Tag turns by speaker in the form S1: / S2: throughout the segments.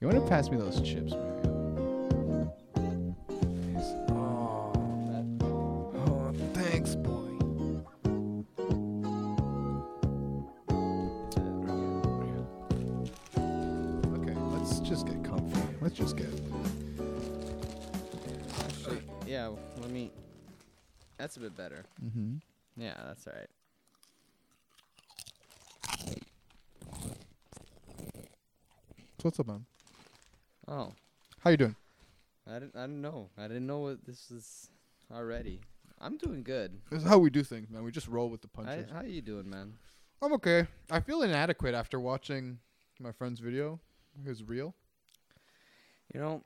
S1: You want to pass me those chips, Mario? Please.
S2: Oh, oh, thanks, boy.
S1: Okay, let's just get comfy. Let's just get.
S2: Actually, yeah, let me. That's a bit better.
S1: Mm-hmm.
S2: Yeah, that's all right.
S1: So what's up, man?
S2: Oh,
S1: How you doing?
S2: I didn't. I didn't know. I didn't know what this was already. I'm doing good.
S1: This is how we do things, man. We just roll with the
S2: I,
S1: punches.
S2: how you doing, man?
S1: I'm okay. I feel inadequate after watching my friend's video, his reel.
S2: You know,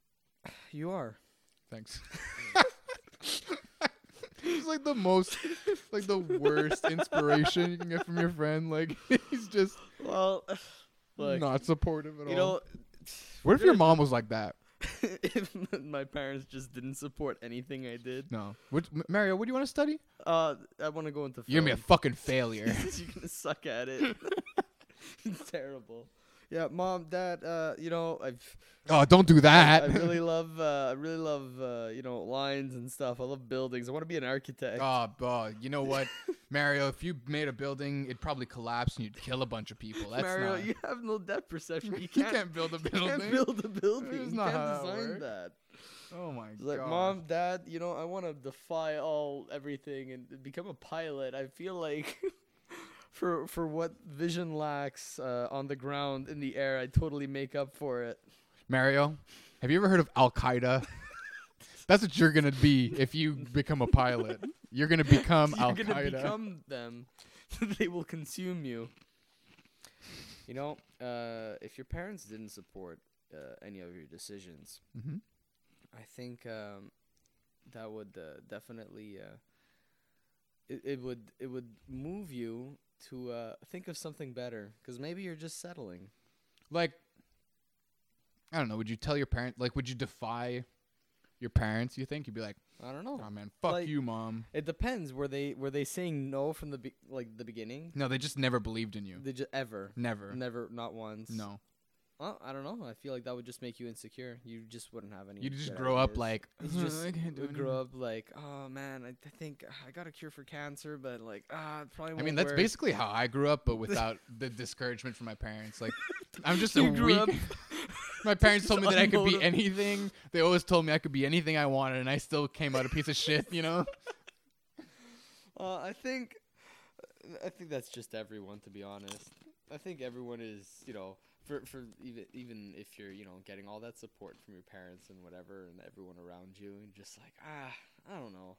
S2: you are.
S1: Thanks. It's like the most, like the worst inspiration you can get from your friend. Like he's just
S2: Well,
S1: not supportive at
S2: you
S1: all.
S2: know.
S1: what if your mom was like that?
S2: if my parents just didn't support anything I did,
S1: No. What, M- Mario, what do you want to study?
S2: uh, I want to go into.
S1: You're gonna be a
S2: film.
S1: fucking failure.
S2: You're gonna suck at it. it's terrible. Yeah, mom, dad. Uh, you know, I've
S1: oh, don't do
S2: I
S1: that.
S2: I really love uh, I really love uh, you know lines and stuff. I love buildings. I want to be an architect.
S1: Oh, oh, you know what, Mario? If you made a building, it'd probably collapse and you'd kill a bunch of people. That's
S2: Mario,
S1: not.
S2: you have no depth perception. You
S1: You
S2: can't,
S1: can't build a
S2: you
S1: building.
S2: can't build a building.
S1: It's
S2: you
S1: not
S2: can't
S1: how that
S2: design
S1: works.
S2: that.
S1: oh my
S2: It's like
S1: god.
S2: mom, dad, you know, I want to defy all everything and become a pilot. I feel like for for what vision lacks uh, on the ground in the air, I totally make up for it.
S1: Mario, have you ever heard of Al Qaeda? That's what you're gonna be if you become a pilot. You're gonna become
S2: You're
S1: Al
S2: gonna
S1: Qaeda.
S2: become them. they will consume you. You know, uh, if your parents didn't support uh, any of your decisions,
S1: Mhm.
S2: I think um, that would uh, definitely uh, it, it would it would move you to uh, think of something better because maybe you're just settling.
S1: like I don't know. Would you tell your parent? Like, would you defy your parents? You think you'd be like,
S2: I don't know.
S1: "Oh man, fuck
S2: Like-
S1: you, mom."
S2: It depends. Were they were they saying no from the be- like the beginning?
S1: No, they just never believed in you.
S2: Did you ever?
S1: Never.
S2: Never, not once.
S1: No.
S2: Well, I don't know. I feel like that would just make you insecure. You just wouldn't have any.
S1: You just
S2: good
S1: grow up
S2: ideas.
S1: like
S2: you just
S1: I can't do
S2: would grow
S1: anything."
S2: up like, oh man, I, I think uh, I got a cure for cancer, but like, ah, it probably.
S1: I
S2: Won't
S1: mean, that's
S2: work.
S1: basically how I grew up, but without the discouragement from my parents. Like, I'm just a
S2: You grew
S1: weak.
S2: up-
S1: my parents told me that I could be
S2: unmotiv-
S1: anything. They always told me I could be anything I wanted, and I still came out a piece of shit. You know?
S2: Uh, I think, I think that's just everyone. To be honest, I think everyone is, you know, for for even even if you're, you know, getting all that support from your parents and whatever, and everyone around you, and just like, ah, I don't know,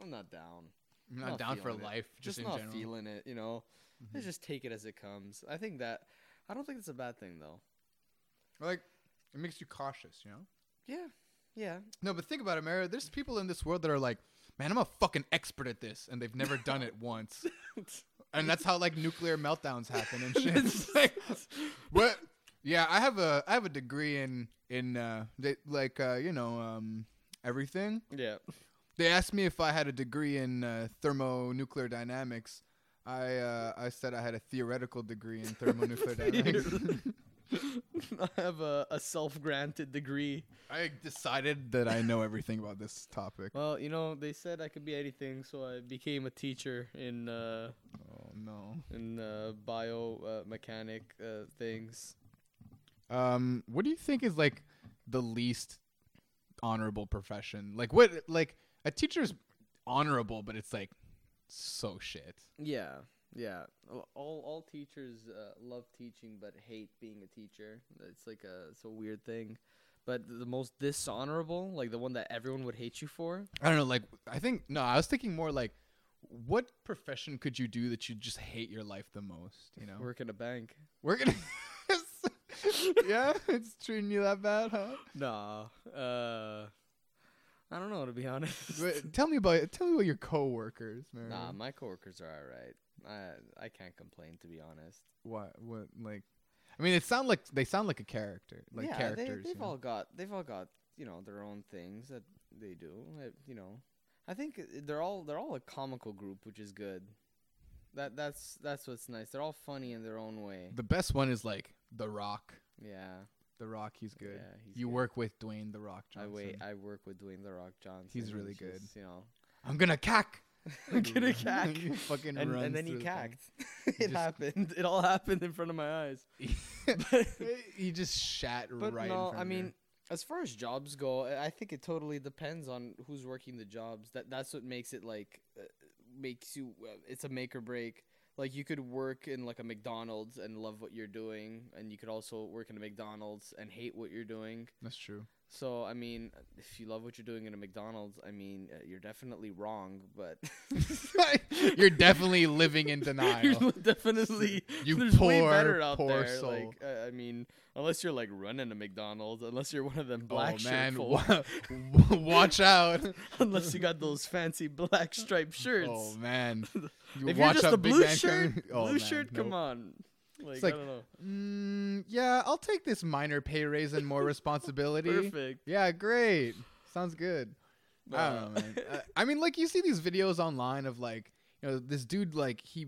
S2: I'm not down.
S1: I'm not,
S2: Not
S1: down for
S2: feeling it.
S1: life, just,
S2: just,
S1: in
S2: not
S1: general.
S2: feeling it, you know. Let's Just take it as it comes. I think that I don't think it's a bad thing though.
S1: Like, it makes you cautious. You know?
S2: Yeah, yeah.
S1: No, but think about it, Mario. There's people in this world that are like, man, I'm a fucking expert at this, and they've never done it once. And that's how like nuclear meltdowns happen and shit. It's like, what? Yeah, I have a I have a degree in in uh, they, like uh, you know um, everything.
S2: yeah.
S1: They asked me if I had a degree in uh, thermonuclear dynamics. I uh, I said I had a theoretical degree in thermonuclear dynamics.
S2: I have a, a self granted degree.
S1: I decided that I know everything about this topic.
S2: Well, you know, they said I could be anything, so I became a teacher in uh,
S1: Oh no.
S2: in uh, bio uh, mechanic uh, things.
S1: Um, what do you think is like the least honorable profession? Like what? Like a teacher's honorable, but it's like so shit.
S2: Yeah, yeah. All all, all teachers uh, love teaching but hate being a teacher. It's like a it's a weird thing. But the most dishonorable, like the one that everyone would hate you for,
S1: I don't know. Like I think no, I was thinking more like what profession could you do that you just hate your life the most? You know, we're,
S2: work in a bank.
S1: gonna. yeah, it's treating you that bad, huh?
S2: Nah. Uh, I don't know to be honest.
S1: But tell me about tell me about your coworkers, man.
S2: nah, my coworkers are all right. I I can't complain to be honest.
S1: What what like? I mean, it sound like they sound like a character, like characters.
S2: They,
S1: you
S2: they've
S1: know?
S2: all got they've all got you know their own things that they do. uh, You know, I think uh, they're all they're all a comical group, which is good. That that's that's what's nice. They're all funny in their own way.
S1: The best one is like The Rock.
S2: Yeah,
S1: The Rock, he's good.
S2: Yeah, he's
S1: you
S2: good.
S1: work with Dwayne The Rock Johnson.
S2: I wait. I work with Dwayne the Rock Johnson.
S1: He's really
S2: which
S1: good.
S2: is, You know,
S1: I'm gonna cack.
S2: I'm gonna
S1: He
S2: cack.
S1: fucking
S2: And,
S1: runs
S2: and then he
S1: through the thing.
S2: cacked. it
S1: just-
S2: happened. It all happened in front of my eyes.
S1: he just shat
S2: But
S1: right. in
S2: no,
S1: front
S2: I
S1: of you.
S2: mean, as far as jobs go, I I think it totally depends on who's working the jobs. That that's what makes it like uh, makes you. Uh, it's a make or break. Like you could work in like a McDonald's and love what you're doing, and you could also work in a McDonald's and hate what you're doing.
S1: that's true.
S2: So I mean, if you love what you're doing in a McDonald's, I mean, uh, you're definitely wrong. But
S1: You're definitely living in denial.
S2: You're definitely
S1: You
S2: there's way
S1: poor,
S2: better out
S1: poor
S2: there.
S1: soul.
S2: Like I I mean, unless you're like running a McDonald's, unless you're one of them black
S1: oh
S2: shirt
S1: man,
S2: folk,
S1: wa- wa- watch out!
S2: unless you got those fancy black striped shirts.
S1: Oh man, You
S2: if you're just a
S1: big
S2: blue
S1: man
S2: shirt,
S1: coming-
S2: blue
S1: Oh, man,
S2: shirt,
S1: nope.
S2: come on. Like,
S1: like,
S2: I don't know.
S1: Mm, yeah, I'll take this minor pay raise and more responsibility.
S2: Perfect.
S1: Yeah, great. Sounds good. I
S2: Uh,
S1: don't know, man. I, I mean, like you see these videos online of like, you know, this dude like he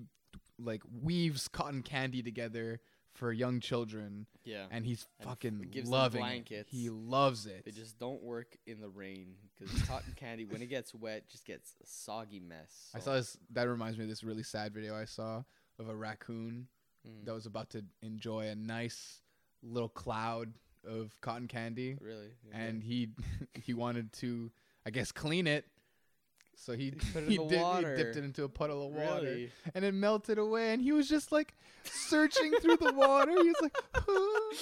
S1: like weaves cotton candy together for young children,
S2: yeah.
S1: and he's
S2: f-
S1: fucking
S2: gives them
S1: loving it.
S2: blankets.
S1: He loves it.
S2: They just don't work in the rain because cotton candy, when it gets wet, just gets a soggy mess.
S1: I
S2: so-
S1: saw this. That reminds me of this really sad video I saw of a raccoon
S2: Mm,
S1: that was about to enjoy a nice little cloud of cotton candy,
S2: really. yeah.
S1: and he he wanted to, I guess, clean it. So he
S2: He put it in
S1: he,
S2: the
S1: did, he
S2: water.
S1: dipped it into a puddle of water,
S2: Really?
S1: and it melted away. And he was just like searching through the water. He was like, "Huh."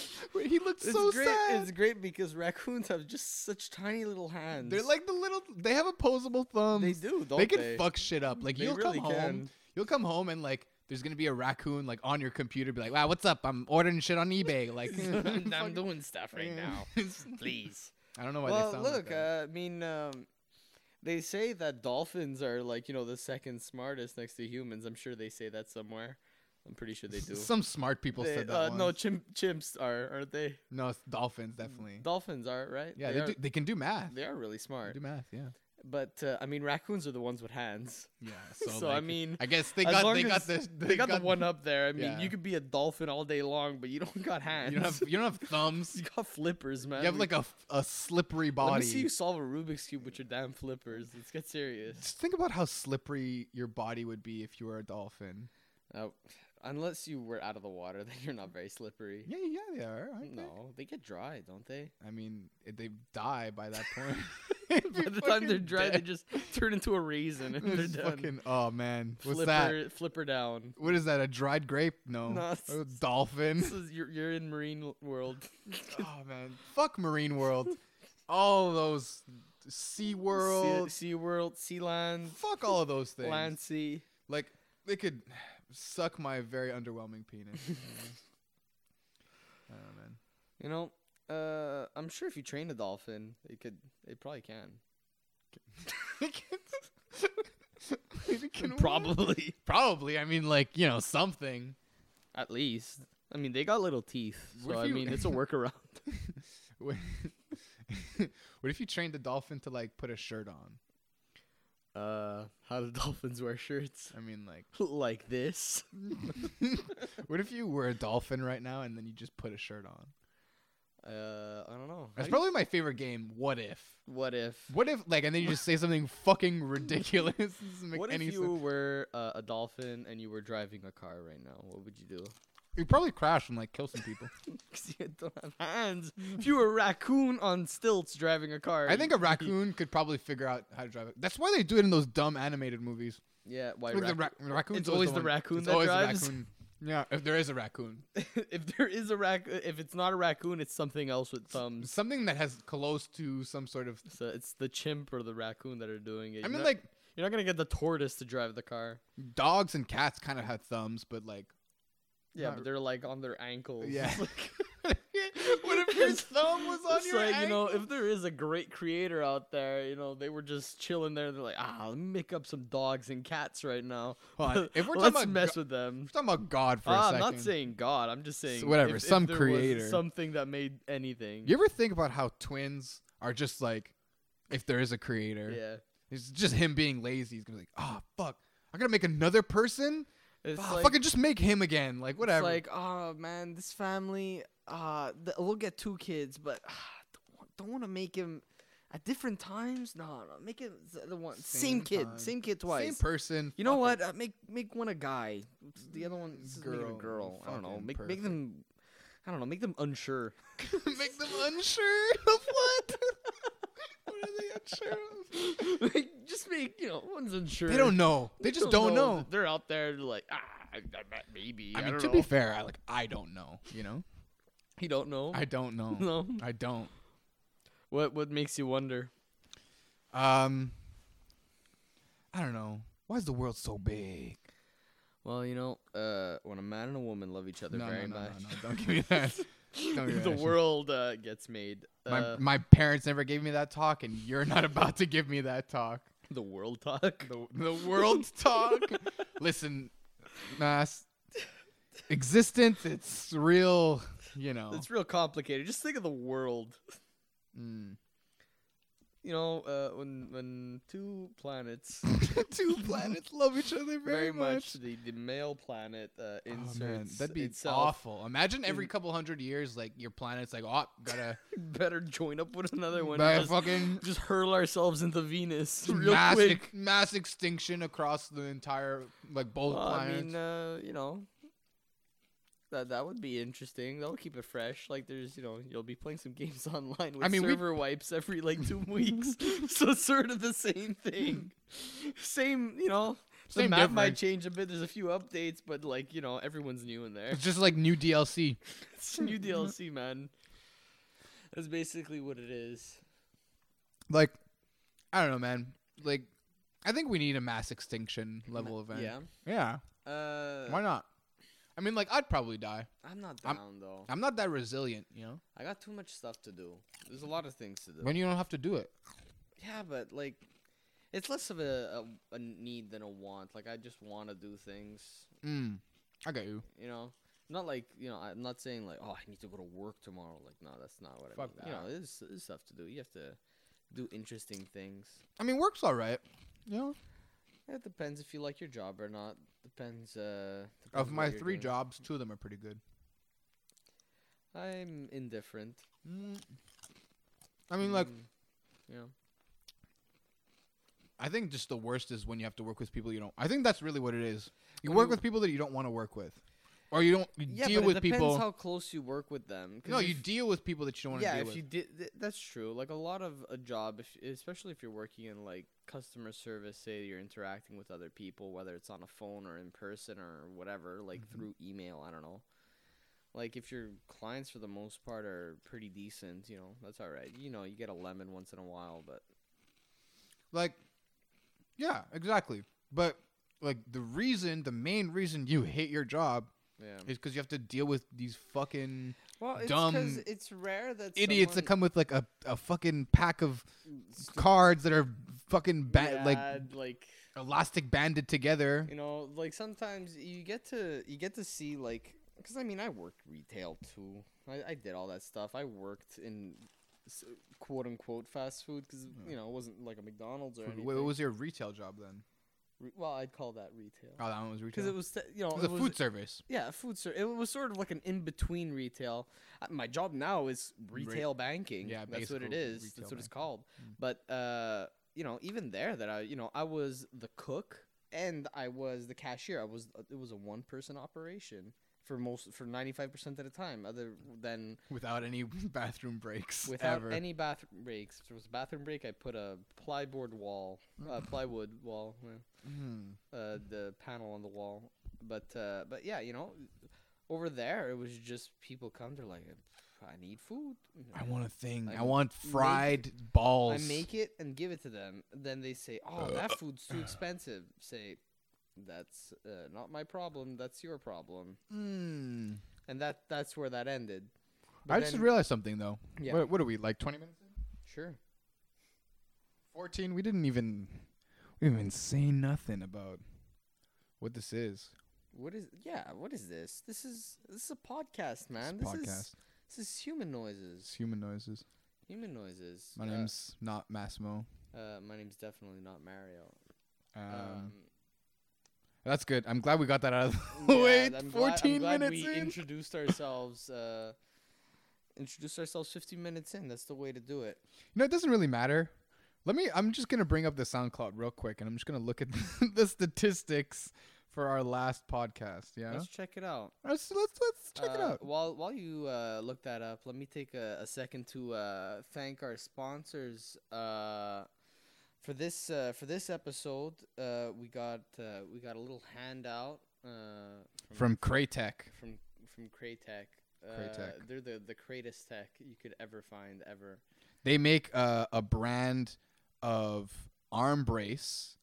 S1: he looked
S2: It's
S1: so
S2: great.
S1: sad.
S2: It's great because raccoons have just such tiny little hands.
S1: They're like the little. They have opposable thumbs.
S2: they do. Don't
S1: they can
S2: they?
S1: fuck shit up. Like
S2: They
S1: you'll
S2: really
S1: come home,
S2: can.
S1: you'll come home and like there's gonna be a raccoon like on your computer, be like, "Wow, what's up? I'm ordering shit on eBay." Like,
S2: I'm,
S1: fuck-
S2: I'm doing stuff right now. Please.
S1: I don't know why they
S2: Well,
S1: sound like
S2: look.
S1: that.
S2: uh, I mean, um, they say that dolphins are like you know the second smartest next to humans. I'm sure they say that somewhere. I'm pretty sure they do.
S1: Some smart people
S2: uh, They-
S1: said that.
S2: uh, no,
S1: once.
S2: chimp, chimps are, aren't they?
S1: no, it's dolphins definitely.
S2: Dolphins are right.
S1: yeah, they,
S2: are,
S1: do, they can do math.
S2: they are really
S1: They
S2: smart.
S1: do math. Yeah.
S2: But uh, I mean, raccoons are the ones with hands.
S1: Yeah.
S2: So, I
S1: like,
S2: mean,
S1: I guess they
S2: as
S1: got
S2: long
S1: they got
S2: as
S1: this.
S2: they, got, the one up there. I mean,
S1: yeah.
S2: you could be a dolphin all day long, but you don't got hands.
S1: You don't have you don't have thumbs.
S2: You got flippers, man.
S1: You have like a, f- a slippery
S2: Let
S1: body.
S2: me see you solve a Rubik's cube with your damn flippers. Let's get serious.
S1: Just think about how slippery your body would be if you were a dolphin.
S2: Uh, unless you were out of the water, then you're not very slippery.
S1: Yeah, yeah, they are. aren't they?
S2: No, they get dry, don't they?
S1: I mean, if they die by that point.
S2: By the time they're dry, they just turn into a raisin and they're
S1: It's
S2: done.
S1: fucking, oh man, what's
S2: flipper,
S1: that?
S2: flipper down.
S1: What is that? A dried grape? No,
S2: No, it's-
S1: a dolphin.
S2: This is you're, you're in marine l- world.
S1: oh man, fuck Marine World, all those Sea World,
S2: sea, sea world, sea land,
S1: fuck all of those things.
S2: land sea.
S1: Like they could suck my very underwhelming penis. you know? oh man,
S2: You know, uh, I'm sure if you train a dolphin, it could, it probably can.
S1: It can work.
S2: Probably,
S1: probably. I mean, like you know, something.
S2: at least. I mean, they got little teeth,
S1: What
S2: so
S1: if
S2: I
S1: you-
S2: mean, it's a workaround.
S1: What what if you trained the dolphin to like put a shirt on?
S2: Uh, how do dolphins wear shirts?
S1: I mean, like,
S2: like this?
S1: what if you were a dolphin right now and then you just put a shirt on?
S2: Uh, I don't know. How
S1: That's
S2: do you-
S1: probably my favorite game. What if?
S2: what if?
S1: What if like, and then you just say something fucking ridiculous? This doesn't make
S2: What if
S1: any
S2: you
S1: sense.
S2: were uh, a dolphin and you were driving a car right now? What would you do?
S1: You'd probably crash and like kill some people.
S2: 'Cause you don't have hands. If you were a raccoon on stilts driving a car,
S1: I think
S2: you'd
S1: a
S2: be-
S1: raccoon could probably figure out how to drive it. That's why they do it in those dumb animated movies.
S2: Yeah, why?
S1: Like the
S2: rac-
S1: ra- raccoon's
S2: it's always the
S1: one-
S2: raccoon
S1: it's
S2: that
S1: always
S2: drives.
S1: The raccoon. Yeah, if there is a raccoon,
S2: if there is a rac, if it's not a raccoon, it's something else with thumbs.
S1: something that has close to some sort of.
S2: So it's the chimp or the raccoon that are doing it.
S1: I
S2: You're
S1: mean,
S2: not-
S1: like
S2: you're not gonna get the tortoise to drive the car.
S1: dogs and cats kind of have thumbs, but like
S2: Yeah,
S1: Not-
S2: but they're like on their ankles.
S1: Yeah.
S2: Like-
S1: what if your
S2: It's-
S1: thumb was on
S2: it's
S1: your
S2: like
S1: ankle?
S2: you know, if there is a great creator out there, you know, they were just chilling there. They're like, ah, let me make up some dogs and cats right now.
S1: Hold on, if we're talking
S2: let's
S1: about
S2: mess
S1: go-
S2: with them.
S1: We're talking about God for a
S2: Ah, I'm
S1: second.
S2: not saying God. I'm just saying
S1: whatever,
S2: if- if
S1: some
S2: there was
S1: creator.
S2: something that made anything.
S1: you ever think about how twins are just like, if there is a creator,
S2: yeah.
S1: "Ah, it's just him being lazy. He's gonna be like, oh fuck, I gotta make another person
S2: It's
S1: Ah,
S2: like,
S1: fucking just make him again. Like
S3: It's
S1: whatever.
S3: like, oh man, this family, uh, th- we'll get two kids, but uh, don't, want, don't want to make him at different times. No, no, make it the- the one same,
S1: Same
S3: kid,
S1: time.
S3: same kid twice.
S1: Same person.
S3: you know what?
S1: fuck it.
S3: Uh, make make one a guy, the other one just make it a
S1: Girl,
S3: girl. I don't know.
S1: fucking
S3: Make make them, I don't know. Make them unsure.
S1: make them unsure of what? what are they unsure of?
S3: Like, just make you know one's unsure.
S1: They don't know. They just don't know.
S3: that They're out there like ah, I- I- maybe.
S1: I
S3: I
S1: mean,
S3: don't
S1: to
S3: know.
S1: be fair, I like I don't know. You know,
S3: you don't know.
S1: I don't know.
S3: no.
S1: I don't.
S3: What what makes you wonder?
S1: Um, I don't know. Why is the world so big?
S3: Well, you know,
S2: uh, when a man and a woman love each other
S1: No, no,
S2: very
S1: no, no,
S2: much,
S1: no, don't give me that. Don't give me
S2: the
S1: that shit.
S2: world uh, gets made. Uh,
S1: My my parents never gave me that talk, and you're not about to give me that talk.
S2: the world talk.
S1: The the world talk. Listen, nah, s- existence. It's real. You know.
S2: It's real complicated. Just think of the world.
S1: Mm.
S2: You know, uh, when when two planets
S1: Two planets love each other very,
S2: very much
S1: much.
S2: the, the male planet uh,
S1: Oh, man,
S2: inserts
S1: that'd be
S2: itself.
S1: awful. Imagine every
S2: in-
S1: couple hundred years, like your planet's like, oh, gotta
S3: better join up with another one.
S1: gotta
S3: and just,
S1: fucking
S3: just hurl ourselves into Venus real
S1: mass,
S3: quick.
S1: ex- mass extinction across the entire like both
S3: Well, I
S1: planets.
S3: mean, uh, you know, that that would be interesting. That'll keep it fresh. Like there's, you know, you'll be playing some games online with
S1: I mean, we-
S3: server wipes every like two weeks, so it's sort of the same thing. Same, you know, uh, the
S1: Same
S3: map might
S1: difference.
S3: change a bit. There's a few updates, but like you know, everyone's new in there.
S1: It's just like new DLC.
S3: it's new DLC, man. That's basically what it is.
S1: Like, I don't know, man. Like, I think we need a mass extinction level event.
S3: Yeah.
S1: Yeah.
S3: Uh,
S1: Why not? I mean, like, I'd probably die.
S3: I'm not down
S1: I'm-
S3: though.
S1: I'm not that resilient, you know.
S3: I got too much stuff to do.
S2: There's a lot of things to do.
S1: When you don't have to do it.
S3: Yeah, but like,
S2: it's less of a, a, a need than a want. Like I just want to do things.
S1: Mm. I got you.
S2: You know, not like you know. I'm not saying like oh I need to go to work tomorrow. Like no, that's not what
S1: Fuck
S2: I mean. You know, there's, there's stuff to do. You have to do interesting things.
S1: I mean, work's all right. You know,
S2: It depends if you like your job or not. Depends. Uh, depends
S1: of
S2: what
S1: my
S2: you're
S1: three
S2: doing.
S1: jobs, two of them are pretty good.
S2: I'm indifferent.
S1: Mm. I mean, like,
S2: Mm,
S1: I think just the worst is when you have to work with people you don't. I think that's really what it is. You
S2: When
S1: work
S2: you-
S1: with people that you don't want to work with, or you don't you
S2: yeah,
S1: deal
S2: but
S1: with
S2: it depends
S1: people.
S2: how close you work with them. 'cause
S1: no,
S2: if-
S1: you deal with people that you don't want to
S2: yeah,
S1: deal
S2: if
S1: with.
S2: you did, th- that's true. Like a lot of a job, if, especially if you're working in like customer service, say you're interacting with other people, whether it's on a phone or in person or whatever, like
S1: Mhm.
S2: through email. I don't know. Like if your clients for the most part are pretty decent, you know, that's all right. You know, you get a lemon once in a while, but
S1: Like, yeah, exactly. But like the reason, the main reason you hate your job
S2: yeah.
S1: is because you have to deal with these fucking
S2: Well, it's
S1: Dumb
S2: 'cause it's rare that
S1: idiots that
S2: someone-
S1: come with like a, a fucking pack of cards that are fucking ba- like
S2: Yeah, like
S1: elastic banded together.
S2: you know like sometimes you get to you get to see like because i mean i worked retail too I, I did all that stuff i worked in s- quote unquote fast food because you know it wasn't like a mcdonald's or anything
S1: Wait, what was your retail job then?
S2: Re- well i'd call that retail
S1: Oh, that one was
S2: because
S1: retail.
S2: it was t- you know
S1: it was a food service.
S2: yeah food ser- it was sort of like an in-between retail Uh, my job now is
S1: Re-
S2: retail banking
S1: yeah,
S2: that's what it
S1: basically
S2: is
S1: retail
S2: that's what it's
S1: banking.
S2: called
S1: Mm.
S2: but uh you know even there that i you know i was the cook and i was the cashier i was uh, it was a one person operation for most for 95% of the time other than
S1: without any bathroom breaks
S2: without
S1: ever.
S2: any bathroom breaks if there was a bathroom break i put a plyboard wall uh, plywood wall yeah
S1: Mm.
S2: uh, the panel on the wall. But uh, but yeah, you know, over there it was just people come. They're like, I need food.
S1: I want a thing.
S2: I
S1: I,
S2: make-
S1: want fried balls.
S2: I make it and give it to them. Then they say, Oh, that food's too expensive. Say, that's uh, not my problem. That's your problem.
S1: Mm.
S2: And that that's where that ended. Hmm. But
S1: I just
S2: then-
S1: realized something though.
S2: Yeah.
S1: What, what are we like? Twenty minutes? in?
S2: sure.
S1: Fourteen? We didn't even we didn't even say nothing about what this is.
S2: What is yeah? What is this? This is this is a podcast, man.
S1: this
S2: This,
S1: podcast.
S2: is this is human
S1: It's
S2: noises.
S1: human noises.
S2: Human noises.
S1: My
S2: Uh,
S1: name's not Massimo.
S2: Um, uh, my name's definitely not Mario.
S1: Um,
S2: Um,
S1: That's good. I'm glad we got that out of the way.
S2: Yeah, I'm glad- I'm
S1: 14
S2: glad
S1: minutes
S2: we
S1: in.
S2: introduced ourselves. Uh, introduced ourselves 15 minutes in. That's the way to do it.
S1: You know, it doesn't really matter. Let me. I'm just gonna bring up the SoundCloud real quick, and I'm just gonna look at the statistics for our last podcast. Yeah,
S2: Let's check it out.
S1: let's let's, let's check it
S2: Uh,
S1: out.
S2: While while you uh, look that up, let me take a, a second to uh, thank our sponsors uh, for this uh, for this episode. Uh, we got uh, we got a little handout uh,
S1: From Craytech.
S2: from from Craytech. Uh,
S1: Craytech.
S2: They're the the greatest tech you could ever find ever.
S1: they make a, a brand of arm brace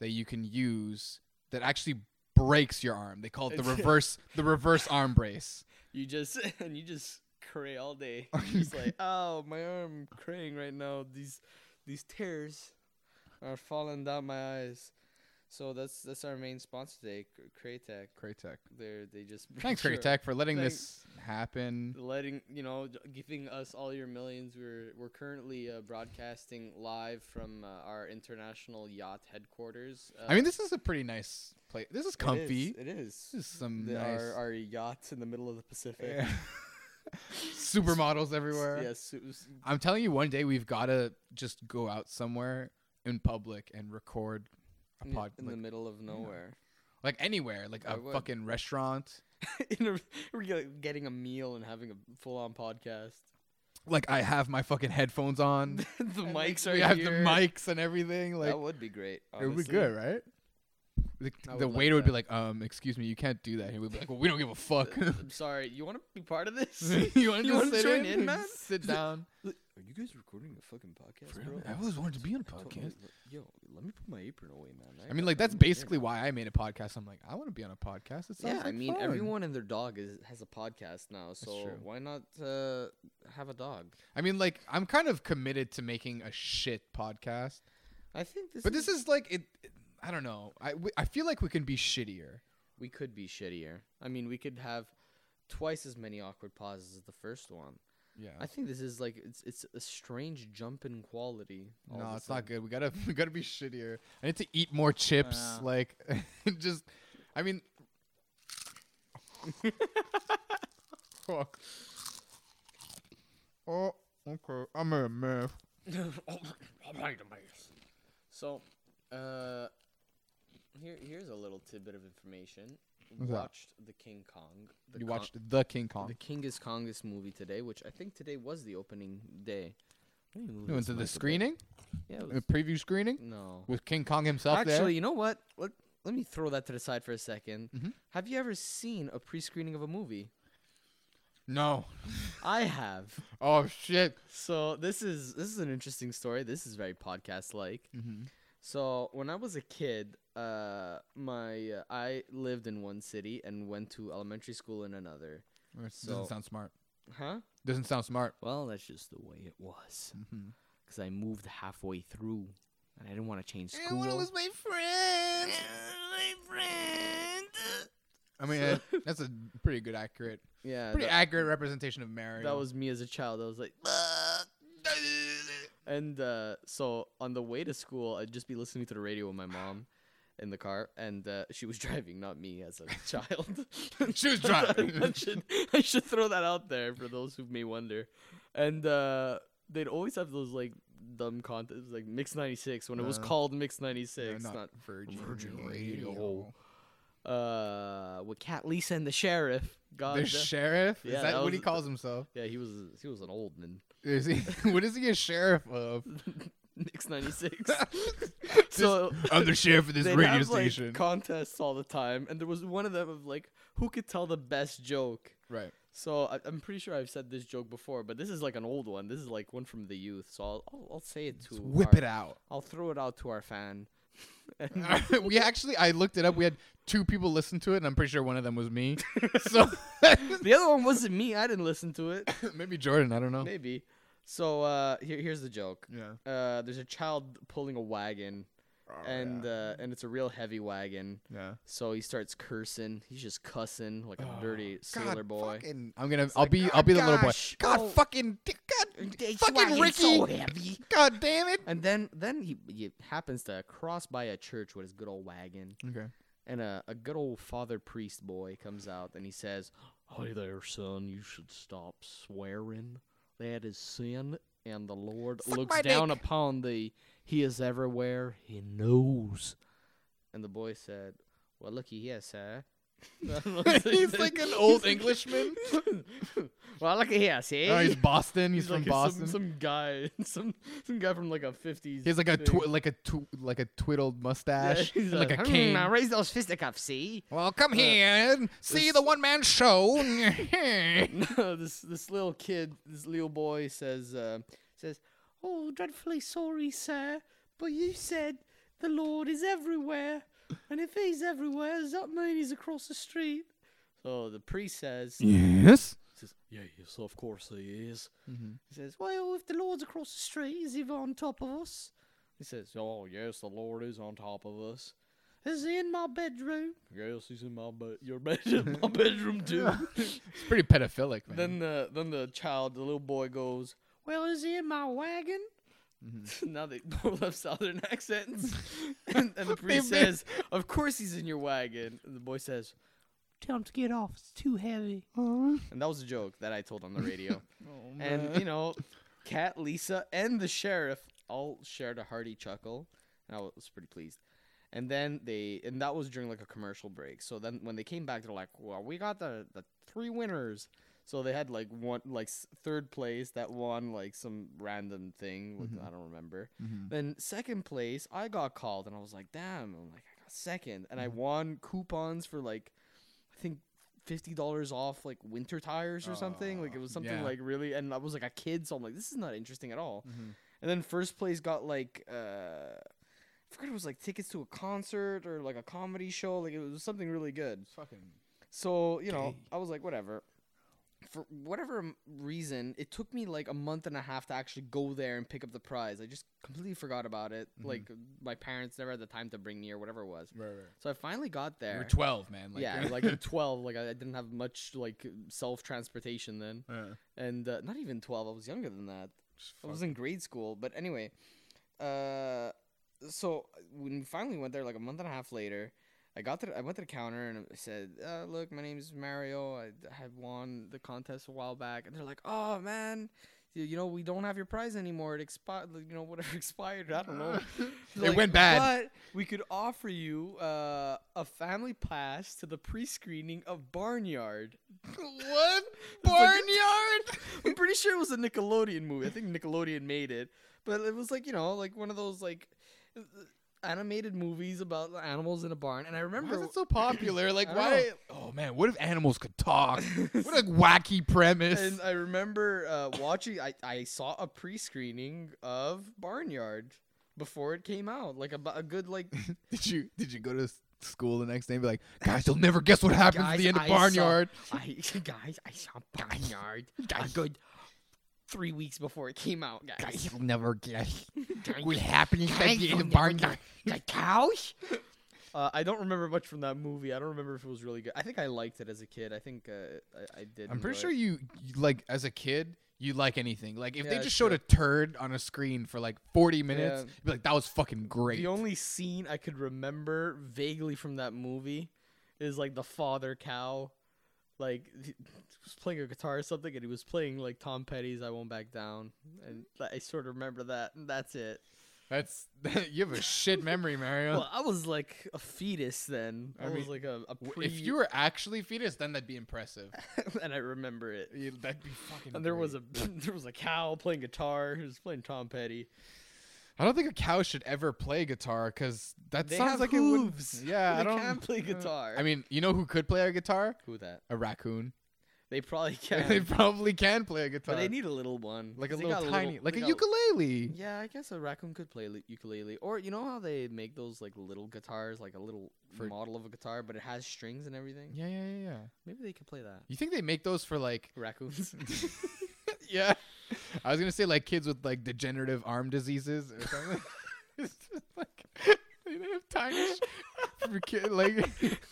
S1: that you can use that actually breaks your arm. They call it the
S2: It's-
S1: reverse the reverse arm brace.
S2: You just and you just cray all day. You're just like, oh, my arm craying right now. These these tears are falling down my eyes. So that's that's our main sponsor today, Cr- Craytech.
S1: Craytech.
S2: They're they just
S1: Thanks
S2: sure,
S1: Craytech for letting
S2: Thanks.
S1: this happen.
S2: letting you know j- giving us all your millions. We're we're currently uh, broadcasting live from uh, our international yacht headquarters. Uh,
S1: I mean, this is a pretty nice place. This is
S2: it is-
S1: comfy.
S2: It is.
S1: This is some
S2: The-
S1: nice
S2: our, our yachts in the middle of the Pacific.
S1: yeah. supermodels everywhere.
S2: Yes, it was-
S1: I'm telling you, one day we've got to just go out somewhere in public and record a
S2: in,
S1: pod,
S2: in
S1: like,
S2: the middle of nowhere.
S1: like anywhere, like
S2: I
S1: a
S2: would.
S1: fucking restaurant.
S2: in a, we're get- getting a meal and having a full-on podcast.
S1: like I have my fucking headphones on.
S2: the mics are
S1: we have the
S2: here.
S1: mics and everything. Like
S2: that would be great.
S1: it would be
S2: honestly.
S1: good, right? The,
S2: I
S1: the
S2: would
S1: waiter
S2: like
S1: would be like, "Um, excuse me, you can't do that." He would be like, "Well, we don't give a fuck."
S2: I'm sorry. You want to be part of this?
S1: you want to
S2: wanna
S1: sit
S2: join
S1: in,
S2: in, man?
S1: Sit down.
S2: Are you guys recording a fucking podcast,
S1: I always wanted to be on a
S2: Totally,
S1: podcast.
S2: le- Yo, let me put my apron away, man.
S1: I mean, like that's basically why I made a podcast. I'm like, I want to be on a podcast. It sounds
S2: Yeah, I
S1: like
S2: mean,
S1: fun.
S2: everyone and their dog is has a podcast now, so
S1: true.
S2: why not uh, have a dog?
S1: I mean, like I'm kind of committed to making a shit podcast,
S2: I think this.
S1: but this is like it. it- I don't know. I we- I feel like we can be shittier.
S2: we could be shittier. I mean, we could have twice as many awkward pauses as the first one.
S1: Yeah.
S2: I think this is like it's it's a strange jump in quality. all of
S1: No,
S2: a
S1: it's not
S2: sudden.
S1: good. We gotta we gotta be shittier. I need to eat more chips.
S2: Yeah.
S1: Like, just, I mean, fuck. Oh, okay. I'm a mess.
S2: Oh So, uh, here here's a little tidbit of information.
S1: What's that?
S2: watched the King Kong. The
S1: You
S2: Kong-
S1: watched the King Kong.
S2: the King is Kong this movie today, which I think today was the opening day. Let me move
S1: You went
S2: this
S1: to
S2: mic a
S1: the
S2: bit.
S1: screening,
S2: Yeah.
S1: a
S2: let's-
S1: preview screening
S2: No.
S1: with King Kong himself.
S2: Actually,
S1: there.
S2: you know what? Let let me throw that to the side for a 2nd
S1: Mhm.
S2: Have you ever seen a pre-screening of a movie?
S1: no.
S2: I have.
S1: Oh shit.
S2: So this is this is an interesting story. This is very podcast like.
S1: Mm-hmm.
S2: So when I was a kid, uh, my uh, I lived in one city and went to elementary school in another. So-
S1: doesn't sound smart.
S2: Huh?
S1: Doesn't sound smart.
S2: Well, that's just the way it was.
S1: Mhm.
S2: Cause I moved halfway through, and I didn't want to change
S1: I wanna
S2: school.
S1: lose my friend. I mean,
S2: So-
S1: uh, that's a pretty good, accurate,
S2: yeah,
S1: pretty
S2: that,
S1: accurate representation of Mario. Uh,
S2: that was me as a child. I was like, and uh, so on the way to school, I'd just be listening to the radio with my mom. In the car, and uh, she was driving, not me as a child.
S1: she was
S2: I
S1: driving.
S2: should I should throw that out there for those who may wonder. And uh, they'd always have those like dumb contests like Mix ninety six when it was
S1: Uh,
S2: called Mix ninety
S1: No,
S2: six, not,
S1: not Virgin,
S2: Virgin Radio. uh with Cat Lisa and the Sheriff. God
S1: Uh, The
S2: da-
S1: sheriff?
S2: Yeah,
S1: is that,
S2: that
S1: what he
S2: was-
S1: calls himself?
S2: Yeah, he was he was an old man.
S1: Is he? what is he a sheriff of?
S2: Mix ninety six.
S1: Just-
S2: So
S1: I'm the sheriff of this
S2: they'd
S1: radio
S2: have, like,
S1: station.
S2: contests all the time, and there was one of them of like who could tell the best joke.
S1: right.
S2: So I, I'm pretty sure I've said this joke before, but this is like an old one. This is like one from the youth. So I'll I'll, I'll say it to
S1: Let's whip
S2: our-
S1: it out.
S2: I'll throw it out to our fan. And-
S1: we actually, I looked it up. We had two people listen to it, and I'm pretty sure one of them was me. So
S2: the other one wasn't me. I didn't listen to it.
S1: maybe Jordan. I don't know.
S2: Maybe. So uh, here, here's the joke.
S1: Yeah.
S2: Uh, there's a child pulling a wagon,
S1: Oh,
S2: and uh, and it's a real heavy wagon.
S1: yeah.
S2: So he starts cursing. He's just cussing like a dirty sailor
S1: Oh, God Oh
S2: boy.
S1: fucking- I'm gonna. I'll be. I'll
S2: "God
S1: be the little boy.
S2: gosh,
S1: God
S2: oh,
S1: fucking. d- God
S2: it's
S1: fucking
S2: wagon
S1: Ricky.
S2: so heavy."
S1: God damn it.
S2: And then then he, he happens to cross by a church with his good old wagon,
S1: Okay.
S2: and a, a good old father priest boy comes out and he says, Hey there, son, you should stop swearing. That is sin, and the Lord
S3: Suck
S2: looks
S3: my
S2: down
S3: dick."
S2: upon thee. He is everywhere, he knows. And the boy said, Well, looky here, sir.
S1: He's like an old Englishman.
S2: well, looky here, see?
S1: Oh, he's Boston. He's, from
S2: like a-
S1: Boston.
S2: Some, some guy, some some guy from like a fifties.
S1: he has like a tw- like a tw- like a twiddled mustache, and like, a cane.
S2: Now raise Hmm, those fisticuffs, see?
S1: Well, come here and see the one man show.
S2: No, this this little kid, this little boy says uh, says, "Oh, dreadfully sorry, sir, but you said the Lord is everywhere, and if He's everywhere, does that mean He's across the street?" So the priest says,
S1: yes.
S2: says "Yeah, yes, of course He is."
S1: Mhm.
S2: He says, Well, if the Lord's across the street, is he on top of us? He says, Oh, yes, the Lord is on top of us. Is he in my bedroom? Yes, he's in my bed, your bedroom, my bedroom too.
S1: It's pretty pedophilic, man.
S2: then the then the child, the little boy goes, Well, is he in my wagon? now they both have southern accents, and, and the priest
S1: made-
S2: says, "Of course he's in your wagon." And the boy says, "Tell him to get off; it's too heavy." And that was a joke that I told on the radio. and you know, Cat, Lisa, and the sheriff all shared a hearty chuckle, and I was pretty pleased. And then they, and that was during like a commercial break. So then when they came back, they're like, "Well, we got the the three winners." So they had like one, like s- third place that won like some random thing. Like, I don't remember.
S1: Mm-hmm.
S2: Then second place, I got called, and I was like, "Damn!" I'm like, "I got second.
S1: Mm-hmm.
S2: and I won coupons for like, I think fifty dollars off like winter tires or something. Like it
S1: Oh,
S2: was something
S1: yeah. Mm.
S2: like really, and I was like a kid, so I'm like, "This is not interesting at all." And then first place got like, uh, I forgot it was like tickets to a concert or like a comedy show. Like it was something really good.
S1: Fucking.
S2: So you know,
S1: Gay.
S2: I was like, whatever. For whatever m- reason, it took me like a month and a half to actually go there and pick up the prize. I just completely forgot about it. Like my parents never had the time to bring me or whatever it was.
S1: Right, right.
S2: So I finally got there.
S1: You're 12, man. Like,
S2: yeah, like I'm 12. Like I I didn't have much like self transportation then,
S1: Yeah.
S2: and uh, not even 12. I was younger than that.
S1: Just
S2: I
S1: fuck.
S2: was in grade school, but anyway, uh, so when we finally went there, like a month and a half later, I got to the, I went to the counter and I said, uh, "Look, my name's Mario. I d- had won the contest a while back," and they're like, "Oh man." You you know we don't have your prize anymore. It expired. You know whatever expired. I don't know. They're
S1: It went bad.
S2: But we could offer you uh, a family pass to the pre-screening of Barnyard.
S1: what?
S2: Barnyard? I'm pretty sure it was a Nickelodeon movie. I think Nickelodeon made it, but it was like you know, like one of those like uh, animated movies about animals in a barn. And I
S1: Why is
S2: remember
S1: it so popular? Like,
S2: I
S1: why? Oh man, what if animals could talk? what a wacky premise.
S2: and I remember uh, watching. I I saw a pre-screening of Barnyard before it came out, like a, a good like.
S1: did you did you go to s- school the next day and be like, guys, you'll never guess what happens at
S2: Guys,
S1: the end of
S2: I saw-
S1: Barnyard?
S2: I guys, I saw Barnyard a good three weeks before it came out, guys.
S1: Guys, you'll never guess
S2: Guys,
S1: what happens at the end of Barnyard.
S2: The cows? Uh, I don't remember much from that movie. I don't remember if it was really good. I think I liked it as a kid. I think uh, I, I did.
S1: I'm pretty
S2: enjoy
S1: sure
S2: it.
S1: you, you like as a kid. You like anything? Like if
S2: Yeah,
S1: they just
S2: it's
S1: showed
S2: true.
S1: a turd on a screen for like 40 minutes,
S2: Yeah.
S1: you'd be like, "That was fucking great."
S2: the only scene I could remember vaguely from that movie is like the father cow, like he was playing a guitar or something, and he was playing like Tom Petty's "I Won't Back Down," and I sort of remember that. And that's it.
S1: That's you have a shit memory, Mario.
S2: Well, I was like a fetus then. I,
S1: I
S2: was
S1: mean,
S2: like a, a
S1: W-
S2: pre-
S1: if you were actually fetus, then that'd be impressive.
S2: and I remember it.
S1: You- That'd be fucking.
S2: And there was
S1: great.
S2: a there was a cow playing guitar who was playing Tom Petty.
S1: I don't think a cow should ever play guitar because that
S2: They
S1: sounds
S2: have
S1: like
S2: hooves.
S1: it would. Yeah,
S2: they
S1: I don't.
S2: can't play guitar.
S1: I mean, you know who could play a guitar?
S2: who that?
S1: A raccoon.
S2: They probably
S1: they
S2: can,
S1: probably can play a guitar.
S2: but they need a little one,
S1: like a
S2: 'cause they
S1: little
S2: got
S1: tiny, like
S2: they
S1: a
S2: got-
S1: ukulele.
S2: Yeah, I guess a raccoon could play li- ukulele, or you know how they make those like little guitars, like a little
S1: For-
S2: model of a guitar, but it has strings and everything.
S1: Yeah, yeah, yeah, yeah.
S2: Maybe they could play that.
S1: You think they make those for like?
S2: Raccoons.
S1: yeah, I was gonna say like kids with like degenerative arm diseases or something. it's just like they have tiny sh- for kid, like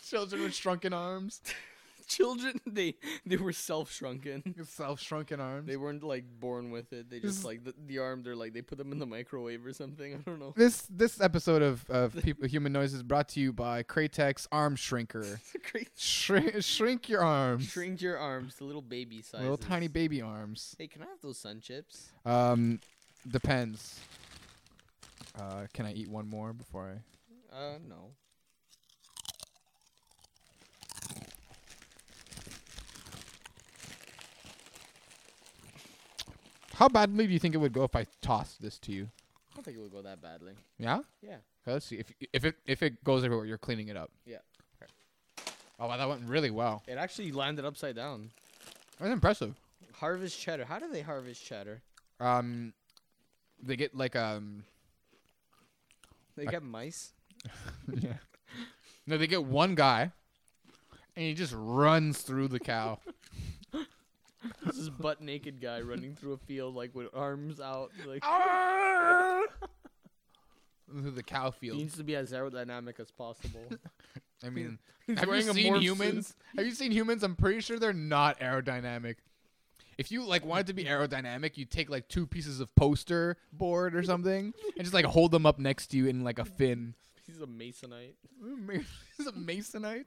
S1: children with shrunken arms.
S2: children they they were self shrunken.
S1: Self shrunken arms.
S2: They weren't like born with it. They just like the, the arm. They're like they put them in the microwave or something. I don't know.
S1: This this episode of of Peop Human Noise is brought to you by Kratex Arm Shrinker.
S2: Great.
S1: Shrink, shrink your arms,
S2: Shrink your arms to little baby size.
S1: little tiny baby arms.
S2: Hey, can I have those sun chips?
S1: Um, depends. Uh, can I eat one more before I?
S2: Uh, no.
S1: How badly do you think it would go if I tossed this to you?
S2: I don't think it would go that badly.
S1: Yeah.
S2: Yeah.
S1: Okay, let's see if if it if it goes everywhere, you're cleaning it up.
S2: Yeah.
S1: Oh wow, that went really well.
S2: It actually landed upside down.
S1: That's impressive.
S2: Harvest cheddar. How do they harvest cheddar?
S1: Um, they get like um,
S2: They
S1: I-
S2: get mice.
S1: yeah. No, they get one guy, and he just runs through the cow.
S2: This is butt naked guy running through a field like with arms out. Like
S1: through the cow
S2: he
S1: field.
S2: needs to be as aerodynamic as possible.
S1: I mean,
S2: He's
S1: have you
S2: wearing a
S1: seen
S2: morph suit.
S1: humans? Have you seen humans? I'm pretty sure they're not aerodynamic. If you like wanted to be aerodynamic, you take like two pieces of poster board or something and just like hold them up next to you in like a fin.
S2: He's a masonite.
S1: Is a masonite?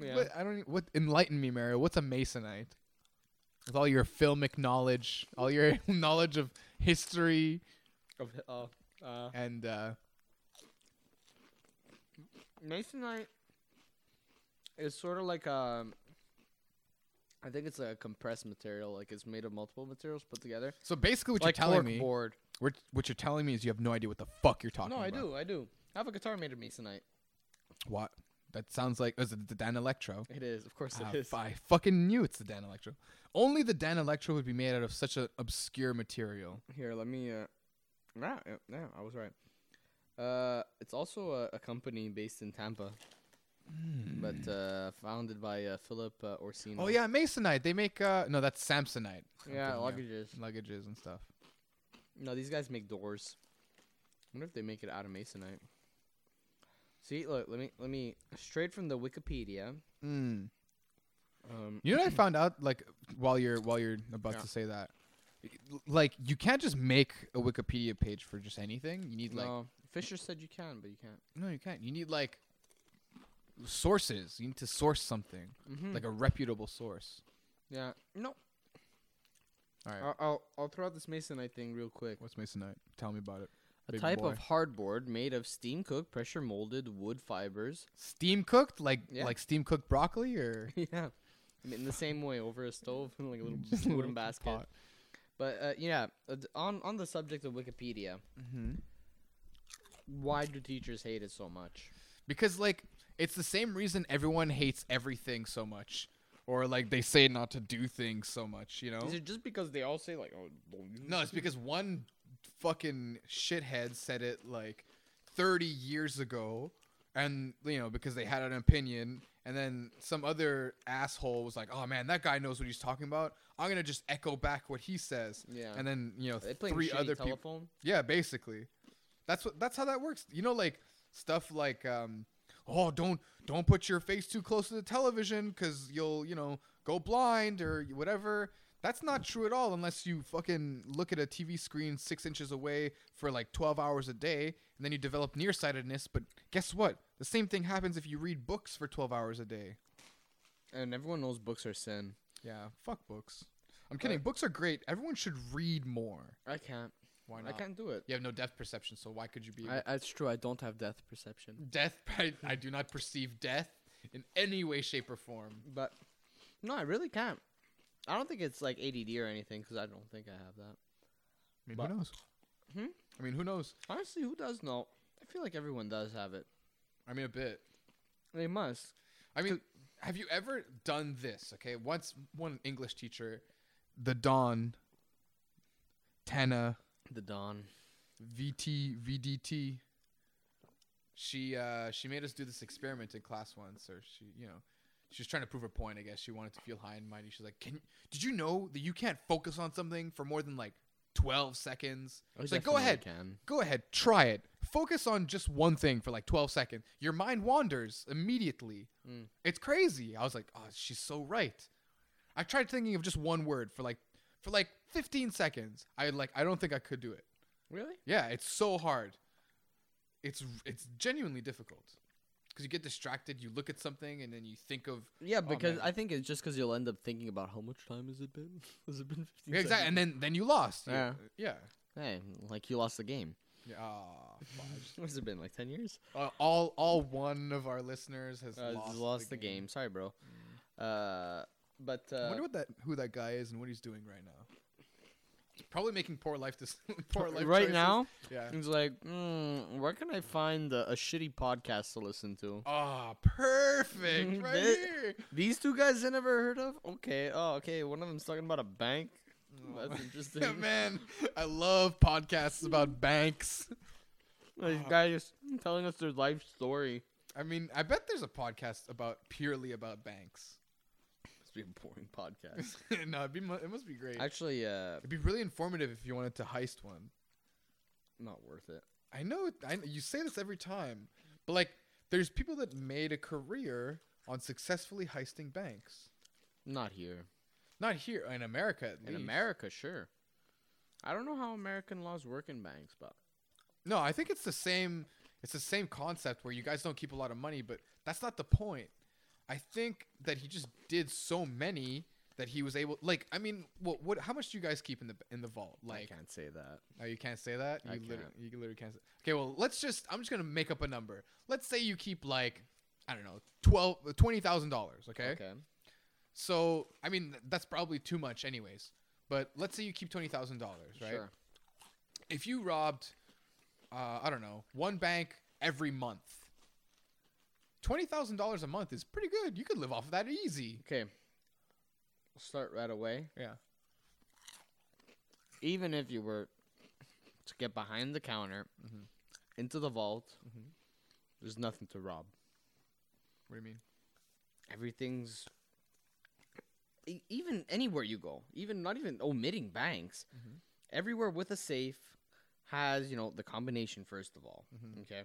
S2: Yeah.
S1: What, I don't. e- What enlighten me, Mario? What's a masonite? With all your filmic knowledge, all your knowledge of history,
S2: Of- uh, uh,
S1: and uh,
S2: masonite is sort of like um, I think it's a compressed material. Like it's made of multiple materials put together.
S1: so basically, what
S2: like
S1: you're telling me,
S2: board.
S1: what, what you're telling me is you have no idea what the fuck you're talking
S2: No,
S1: about.
S2: I do. I do. I have a guitar made of masonite.
S1: What? That sounds like is it the Dan Electro?
S2: It is, of course,
S1: Ah,
S2: it is.
S1: f- I fucking knew it's the Dan Electro. Only the Dan Electro would be made out of such an obscure material.
S2: Here, let me. Uh, nah, uh, nah, I was right. Uh, it's also a, a company based in Tampa, but uh, founded by uh, Philip uh, Orsino.
S1: Hmm. Oh yeah, masonite. They make uh no, that's samsonite. I'm
S2: yeah,
S1: thinking
S2: luggages.
S1: of luggages and stuff.
S2: No, these guys make doors. I wonder if they make it out of masonite. See, look, let me let me straight from the Wikipedia.
S1: Mm.
S2: Um,
S1: You know what I found out like while you're while you're about
S2: Yeah.
S1: to say that. L- Like you can't just make a Wikipedia page for just anything. You need like
S2: no, Fisher said you can, but you can't.
S1: no, you can't. You need like sources. You need to source something
S2: Mm-hmm.
S1: like a reputable source.
S2: yeah, no.
S1: All right.
S2: I'll, I'll I'll throw out this masonite thing real quick.
S1: What's masonite? Tell me about it.
S2: A
S1: Big
S2: type
S1: boy.
S2: of hardboard made of steam cooked, pressure molded wood fibers.
S1: Steam cooked, like
S2: Yeah.
S1: like steam cooked broccoli, or
S2: yeah. In the same way, over a stove, in like a little
S1: Just a
S2: wooden
S1: little
S2: basket.
S1: pot.
S2: But uh, yeah, uh, d- on on the subject of Wikipedia, Mm-hmm. why do teachers hate it so much?
S1: because like it's the same reason everyone hates everything so much, or like they say not to do things so much. You know?
S2: Is it just because they all say like, oh, don't use
S1: No, it's because one fucking shithead said it like 30 years ago, and you know because they had an opinion, and then some other asshole was like, "Oh man, that guy knows what he's talking about. I'm gonna just echo back what he says."
S2: Yeah.
S1: And then you know
S2: They play
S1: three other people.
S2: telephone.
S1: Yeah, basically. That's what that's how that works. You know, like stuff like um oh don't don't put your face too close to the television because you'll, you know, go blind or whatever. That's not true at all unless you fucking look at a TV screen six inches away for like twelve hours a day and then you develop nearsightedness, but guess what? The same thing happens if you read books for twelve hours a day.
S2: And everyone knows books are sin.
S1: Yeah, fuck books. I'm kidding. Books are great. Everyone should read more.
S2: I can't.
S1: Why
S2: I
S1: not?
S2: can't do it.
S1: You have no depth perception, so why could you be? able
S2: I, that's true. I don't have depth perception.
S1: death I, I do not perceive death in any way shape or form
S2: But no, I really can't. I don't think it's like ADD or anything because I don't think I have that.
S1: i mean
S2: But-
S1: who knows
S2: Hmm?
S1: i mean who knows
S2: Honestly, who does know? I feel like everyone does have it.
S1: i mean a bit
S2: They must.
S1: i mean have you ever done this okay once one english teacher the don tana
S2: The dawn.
S1: vt vdt she uh she made us do this experiment in class once or she you know she was trying to prove her point i guess she wanted to feel high and mighty she's like can did you know that you can't focus on something for more than like 12 seconds.
S2: I
S1: It's like, go
S2: Oh, definitely
S1: ahead.
S2: Can.
S1: Go ahead. Try it. Focus on just one thing for like 12 seconds. Your mind wanders immediately.
S2: Mm.
S1: It's crazy. I was like, oh, she's so right. I tried thinking of just one word for like for like 15 seconds. I like I don't think I could do it.
S2: Really?
S1: Yeah, it's so hard. It's it's genuinely difficult because you get distracted. You look at something and then you think of
S2: Yeah, because
S1: man.
S2: I think it's just because you'll end up thinking about how much time has it been? has it been 15
S1: exactly, and
S2: seconds?
S1: then then you lost. You- uh,
S2: Yeah.
S1: yeah.
S2: Hey, like you lost the game.
S1: Yeah. Aw, fudge.
S2: What's it been, like 10 years?
S1: Uh, all all one of our listeners has
S2: Uh,
S1: lost,
S2: lost, the, game. Sorry, bro. Uh, but
S1: I
S2: uh,
S1: wonder what that who that guy is and what he's doing right now. He's probably making poor life dis- poor life choices.
S2: right now,
S1: Yeah.
S2: he's like, mm, where can I find a, a shitty podcast to listen to?
S1: Ah, perfect. Right
S2: That-
S1: here.
S2: These two guys I never heard of. Okay, oh, okay. One of them's talking about a bank. Oh, That's
S1: Yeah,
S2: interesting.
S1: man, I love podcasts about banks.
S2: This
S1: Uh-huh.
S2: guy just telling us their life story.
S1: I mean, I bet there's a podcast about purely about banks.
S2: It's be a boring podcast.
S1: no, it'd be mu- it must be great.
S2: Actually, uh,
S1: it'd be really informative if you wanted to heist one.
S2: not worth it.
S1: I know, it, I you say this every time, but like, there's people that made a career on successfully heisting banks.
S2: Not here
S1: Not here in America, at
S2: in
S1: least.
S2: America, sure. I don't know how American laws work in banks, but
S1: No, I think it's the same. It's the same concept where you guys don't keep a lot of money, but that's not the point. I think that he just did so many that he was able. Like, I mean, what? What? How much do you guys keep in the in the vault? Like,
S2: I can't say that.
S1: oh, you can't say that. You
S2: I
S1: literally,
S2: can't.
S1: you literally can't. Say, okay, well, let's just. I'm just gonna make up a number. Let's say you keep like, I don't know, twelve, twenty thousand dollars. Okay?
S2: Okay.
S1: So, I mean, th- that's probably too much, anyways. But let's say you keep twenty thousand dollars, right?
S2: Sure.
S1: if you robbed, uh, I don't know, one bank every month, twenty thousand dollars a month is pretty good. You could live off of that easy.
S2: Okay. Start right away.
S1: Yeah.
S2: Even if you were to get behind the counter,
S1: Mhm.
S2: into the vault,
S1: Mhm.
S2: there's nothing to rob.
S1: What do you mean?
S2: Everything's e- even anywhere you go, even not even omitting banks,
S1: Mhm.
S2: everywhere with a safe has you know the combination first of all.
S1: Mhm.
S2: Okay.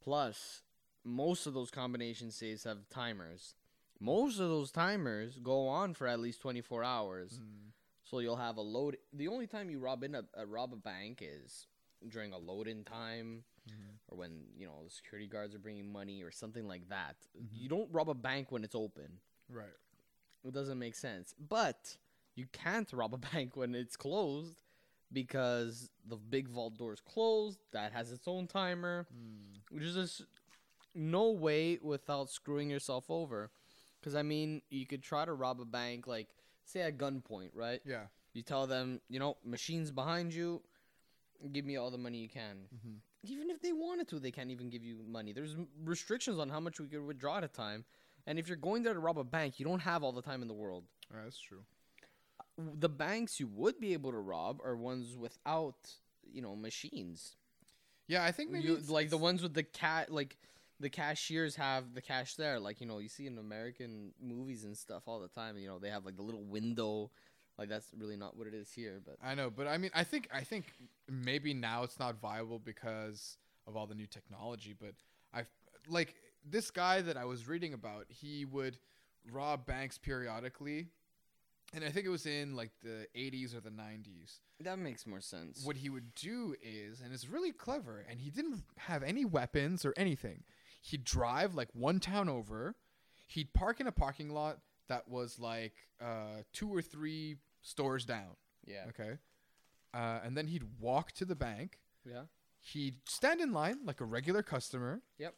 S2: Plus, most of those combination safes have timers. Most of those timers go on for at least 24 hours.
S1: Mm.
S2: So you'll have a load. The only time you rob in a, a rob a bank is during a load in time,
S1: Mhm.
S2: or when you know the security guards are bringing money or something like that. You don't rob a bank when it's open.
S1: Right.
S2: It doesn't make sense. But you can't rob a bank when it's closed because the big vault door is closed. That has its own timer.
S1: Mm.
S2: Which is just no way without screwing yourself over. Because I mean, you could try to rob a bank, like say at gunpoint, right?
S1: Yeah.
S2: You tell them, you know, machines behind you, give me all the money you can.
S1: Mhm.
S2: Even if they wanted to, they can't even give you money. There's m- restrictions on how much we could withdraw at a time. And if you're going there to rob a bank, you don't have all the time in the world.
S1: Alright, that's true.
S2: The banks you would be able to rob are ones without, you know, machines.
S1: Yeah, I think maybe
S2: You,
S1: it's-
S2: like the
S1: it's-
S2: ones with the cat, like the cashiers have the cash there. Like you know, you see in American movies and stuff all the time. You know, they have like the little window. Like that's really not what it is here, but
S1: I know, but I mean, I think I think maybe now it's not viable because of all the new technology. But I like this guy that I was reading about. He would rob banks periodically, and I think it was in like the 80s or the 90s.
S2: that makes more sense.
S1: What he would do is, and it's really clever, and he didn't have any weapons or anything. He'd drive like one town over. He'd park in a parking lot that was like uh, two or three stores down.
S2: yeah,
S1: Okay. Uh, and then he'd walk to the bank.
S2: yeah,
S1: He'd stand in line like a regular customer.
S2: Yep.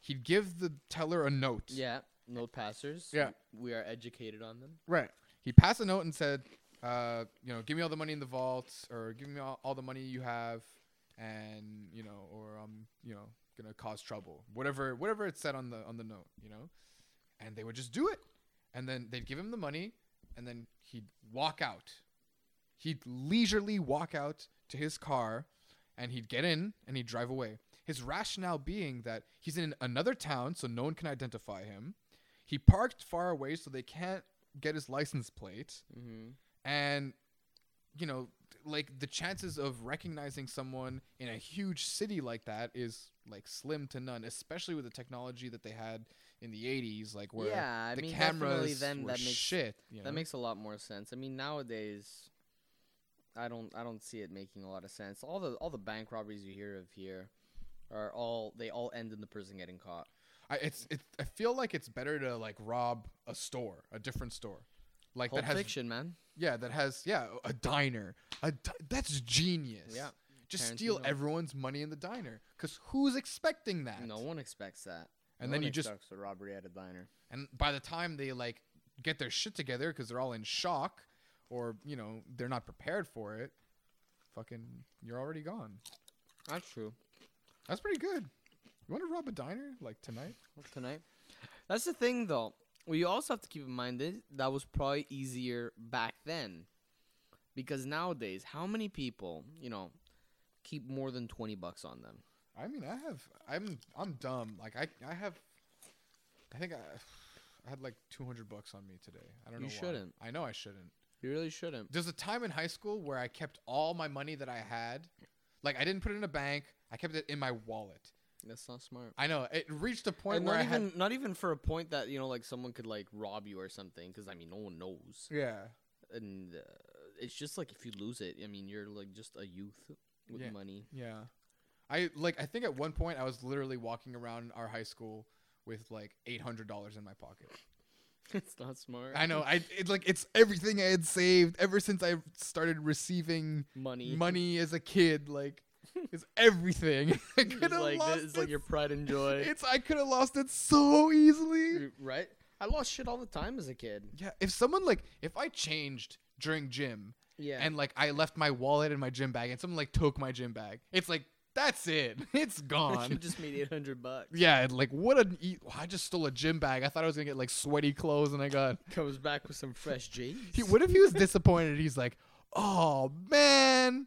S1: He'd give the teller a note.
S2: yeah. No passers.
S1: Yeah.
S2: we are educated on them.
S1: Right. He'd pass a note and said, uh, you know, give me all the money in the vault or give me all, all the money you have and, you know, or I'm, you know, going to cause trouble. Whatever whatever it said on the on the note, you know. And they would just do it. And then they'd give him the money and then he'd walk out. He'd leisurely walk out to his car and he'd get in and he'd drive away. His rationale being that he's in another town so no one can identify him. He parked far away so they can't get his license plate
S2: Mm-hmm.
S1: and you know like the chances of recognizing someone in a huge city like that is like slim to none, especially with the technology that they had in the '80s, like where
S2: Yeah, I
S1: the
S2: mean, definitely
S1: cameras
S2: then
S1: were
S2: that makes-
S1: shit. you know?
S2: That makes a lot more sense. I mean, nowadays, I don't I don't see it making a lot of sense. All the all the bank robberies you hear of here are all they all end in the person getting caught.
S1: I, it's it. I feel like it's better to like rob a store, a different store, like
S2: Pulp
S1: that has
S2: Fiction, man.
S1: yeah, that has yeah, a diner. A di- that's genius.
S2: Yeah,
S1: Just steal
S2: Tarantino.
S1: everyone's money in the diner, cause who's expecting that?
S2: No one expects that.
S1: And
S2: No
S1: then
S2: one
S1: you just
S2: expects a robbery at a diner.
S1: and by the time they like get their shit together, cause they're all in shock, or you know they're not prepared for it. Fucking, you're already gone.
S2: That's true.
S1: That's pretty good. You want to rob a diner like tonight?
S2: Tonight,
S3: That's the thing, though.
S2: Well, you also have to keep in mind that that was probably easier back then, because nowadays, how many people, you know, keep more than twenty bucks on them?
S1: I mean, I have. I'm. I'm dumb. Like I. I have. I think I. I had like 200 bucks on me today. I don't
S2: You
S1: know. why.
S2: shouldn't.
S1: I know I shouldn't.
S2: You really shouldn't.
S1: There's a time in high school where I kept all my money that I had. Like I didn't put it in a bank. I kept it in my wallet.
S2: That's not smart.
S1: I know it reached a point
S2: And
S1: where
S2: not
S1: I
S2: even
S1: had.
S2: not even for a point that you know like someone could like rob you or something because I mean no one knows
S1: Yeah.
S2: and uh, it's just like if you lose it I mean you're like just a youth with
S1: Yeah.
S2: money
S1: Yeah. I like. I think at one point I was literally walking around our high school with like $800 in my pocket.
S2: it's not smart
S1: I know. I it, like it's everything I had saved ever since I started receiving
S2: money
S1: money as a kid like is everything. I
S2: It's
S1: could have
S2: like,
S1: lost
S2: it's like your pride and joy
S1: It's I could have lost it so easily.
S2: You- right I lost shit all the time as a kid
S1: Yeah, if someone like if I changed during gym
S2: yeah
S1: and like I left my wallet in my gym bag and someone like took my gym bag, it's like that's it. It's
S2: you
S1: gone.
S2: just made eight hundred bucks
S1: yeah, and, like what an e- I just stole a gym bag. I thought I was gonna get like sweaty clothes and I got.
S2: comes back with some fresh jeans
S1: He, what if he was disappointed? He's like, oh man.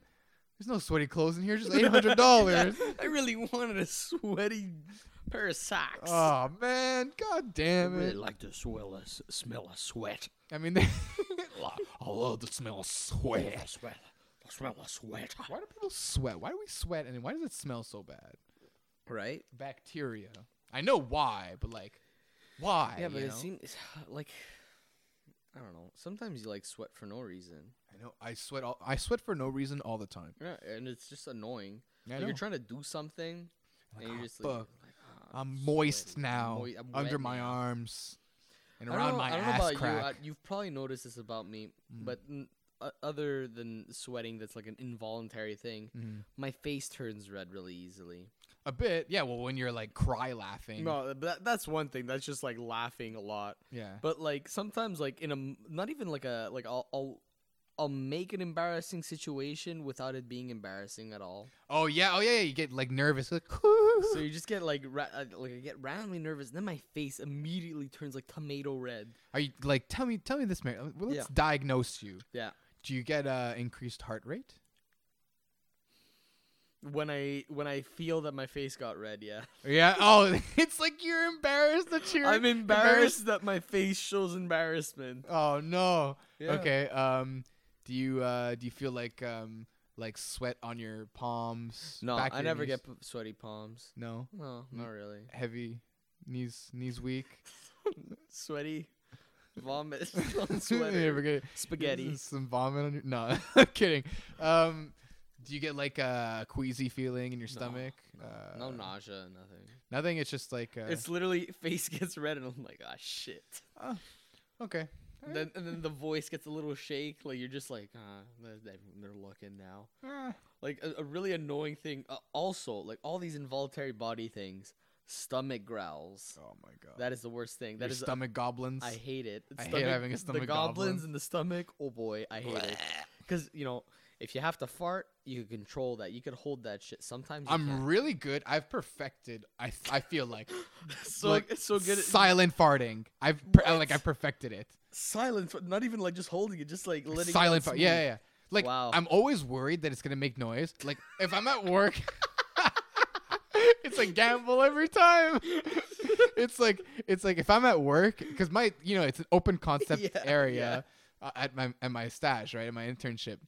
S1: There's no sweaty clothes in here, just eight hundred dollars.
S2: I really wanted a sweaty pair of socks
S1: Oh man, god damn it!
S2: like to smell a s- smell a sweat
S1: I mean, they- I love the smell of sweat.
S2: sweat smell a sweat
S1: Why do people sweat? Why do we sweat, and why does it smell so bad?
S2: right
S1: Bacteria. I know why, but like, why?
S2: Yeah, but
S1: you
S2: it
S1: know?
S2: seems like I don't know. Sometimes you like sweat for no reason,
S1: I know I sweat. All, I sweat for no reason all the time.
S2: Yeah, and it's just annoying.
S1: I
S2: Like,
S1: know.
S2: you're trying to do something,
S1: Like,
S2: and
S1: "Ah,
S2: you're just like,
S1: fuck.
S2: like, ah,
S1: I'm moist
S2: sweating. I'm
S1: now,
S2: moi- I'm
S1: under
S2: wet
S1: my
S2: now."
S1: arms, and
S2: I don't
S1: around
S2: know-
S1: my
S2: I don't know
S1: ass
S2: about
S1: crack. Mm.
S2: You. I, you've probably noticed this about me, but n- o- other than sweating, that's like an involuntary thing.
S1: Mhm.
S2: My face turns red really easily.
S1: A bit, yeah. Well, when you're like cry laughing,
S2: No, that, that's one thing. That's just like laughing a lot.
S1: yeah.
S2: But like sometimes, like in a m- not even like a like I'll I'll, I'll make an embarrassing situation without it being embarrassing at all.
S1: Oh yeah, oh yeah, yeah. You get like nervous, like,
S2: So you just get like ra- uh, like I get randomly nervous, and then my face immediately turns like tomato red.
S1: Are you like tell me tell me this man? Well, let's
S2: Yeah.
S1: diagnose you.
S2: Yeah.
S1: Do you get uh increased heart rate?
S2: When I when I feel that my face got red, yeah,
S1: Yeah. Oh, it's like you're embarrassed that you're.
S2: I'm embarrassed that my face shows embarrassment.
S1: Oh no.
S2: Yeah.
S1: Okay. Um, do you uh do you feel like um like sweat on your palms?
S2: No,
S1: back of
S2: I
S1: your
S2: never
S1: knees?
S2: get p- sweaty palms.
S1: No.
S2: No,
S1: Mm.
S2: not really.
S1: Heavy knees knees weak.
S2: Sweaty, vomit,
S1: You
S2: on
S1: never
S2: sweater,
S1: get
S2: spaghetti.
S1: Some vomit on your. No, I'm kidding. Um, do you get like a queasy feeling in your stomach? uh,
S2: no nausea, nothing.
S1: Nothing. It's just like uh,
S2: It's literally face gets red, and I'm like, ah, shit.
S1: okay.
S2: And then, and then the voice gets a little shake. Like you're just like, ah, they're, they're- they're looking now.
S1: Ah.
S2: Like a, a really annoying thing. Uh, also, like all these involuntary body things, stomach growls.
S1: Oh my god.
S2: That is the worst thing.
S1: Your
S2: That is.
S1: stomach goblins.
S2: I hate it.
S1: I hate having a
S2: The
S1: stomach
S2: goblins
S1: goblin.
S2: in the stomach. Oh boy, I hate it. Because you know, if you have to fart, you can control that. You can hold that shit. Sometimes you
S1: I'm
S2: can't.
S1: really good. I've perfected. I I feel like
S2: so
S1: like,
S2: it's so good. At,
S1: silent farting. I've per- I- like
S2: What?
S1: I've perfected it.
S2: silence, but not even like just holding it, just like letting it out
S1: silent fart. Yeah,
S2: smooth.
S1: yeah, yeah. Like
S2: Wow.
S1: I'm always worried that it's gonna make noise. Like if I'm at work, it's a gamble every time. it's like it's like if I'm at work because my you know it's an open concept
S2: Yeah,
S1: area uh, at my at my stash right at my internship.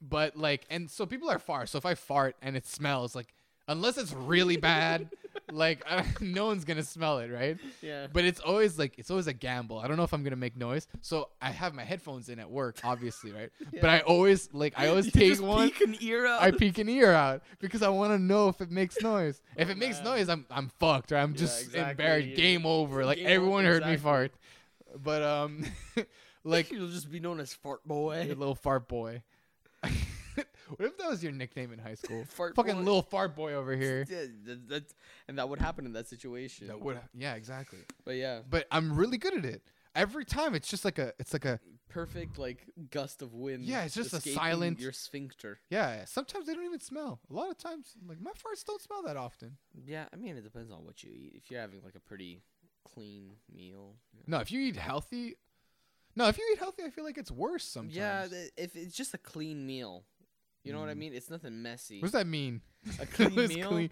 S1: But like, and so people are far. So if I fart and it smells, like, unless it's really bad, like, I, no one's gonna smell it, right?
S2: Yeah.
S1: But it's always like it's always a gamble. I don't know if I'm gonna make noise. So I have my headphones in at work, obviously, right? But I always like I always
S3: You
S1: take
S3: just
S1: one.
S3: peek an ear out.
S1: I peek an ear out because I want to know if it makes noise. If it makes
S2: man.
S1: noise, I'm I'm fucked. Or I'm
S2: Yeah,
S1: just
S2: exactly.
S1: embarrassed. Game over. Like
S2: Game
S1: everyone
S2: over,
S1: heard me fart.
S2: exactly.
S1: But um, like
S3: you'll just be known as fart
S1: your
S3: boy.
S1: little fart boy. what if that was your nickname in high school?
S2: Fart
S1: Fucking
S2: boy.
S1: little fart boy over here.
S2: Yeah, that, that's, and that would happen in that situation.
S1: That would yeah exactly.
S2: But yeah,
S1: But I'm really good at it. Every time it's just like a it's like a
S2: perfect like gust of wind.
S1: Yeah, it's just a
S2: escaping
S1: silent-
S2: your sphincter.
S1: yeah. Sometimes they don't even smell. A lot of times like my farts don't smell that often.
S2: Yeah, I mean it depends on what you eat. If you're having like a pretty clean meal. you know.
S1: No, if you eat healthy. No, if you eat healthy, I feel like it's worse sometimes.
S2: Yeah, th- if it's just a clean meal. You know what I
S1: Mm.
S2: mean? It's nothing messy.
S1: What does that mean?
S2: A clean
S1: It's
S2: meal.
S1: clean.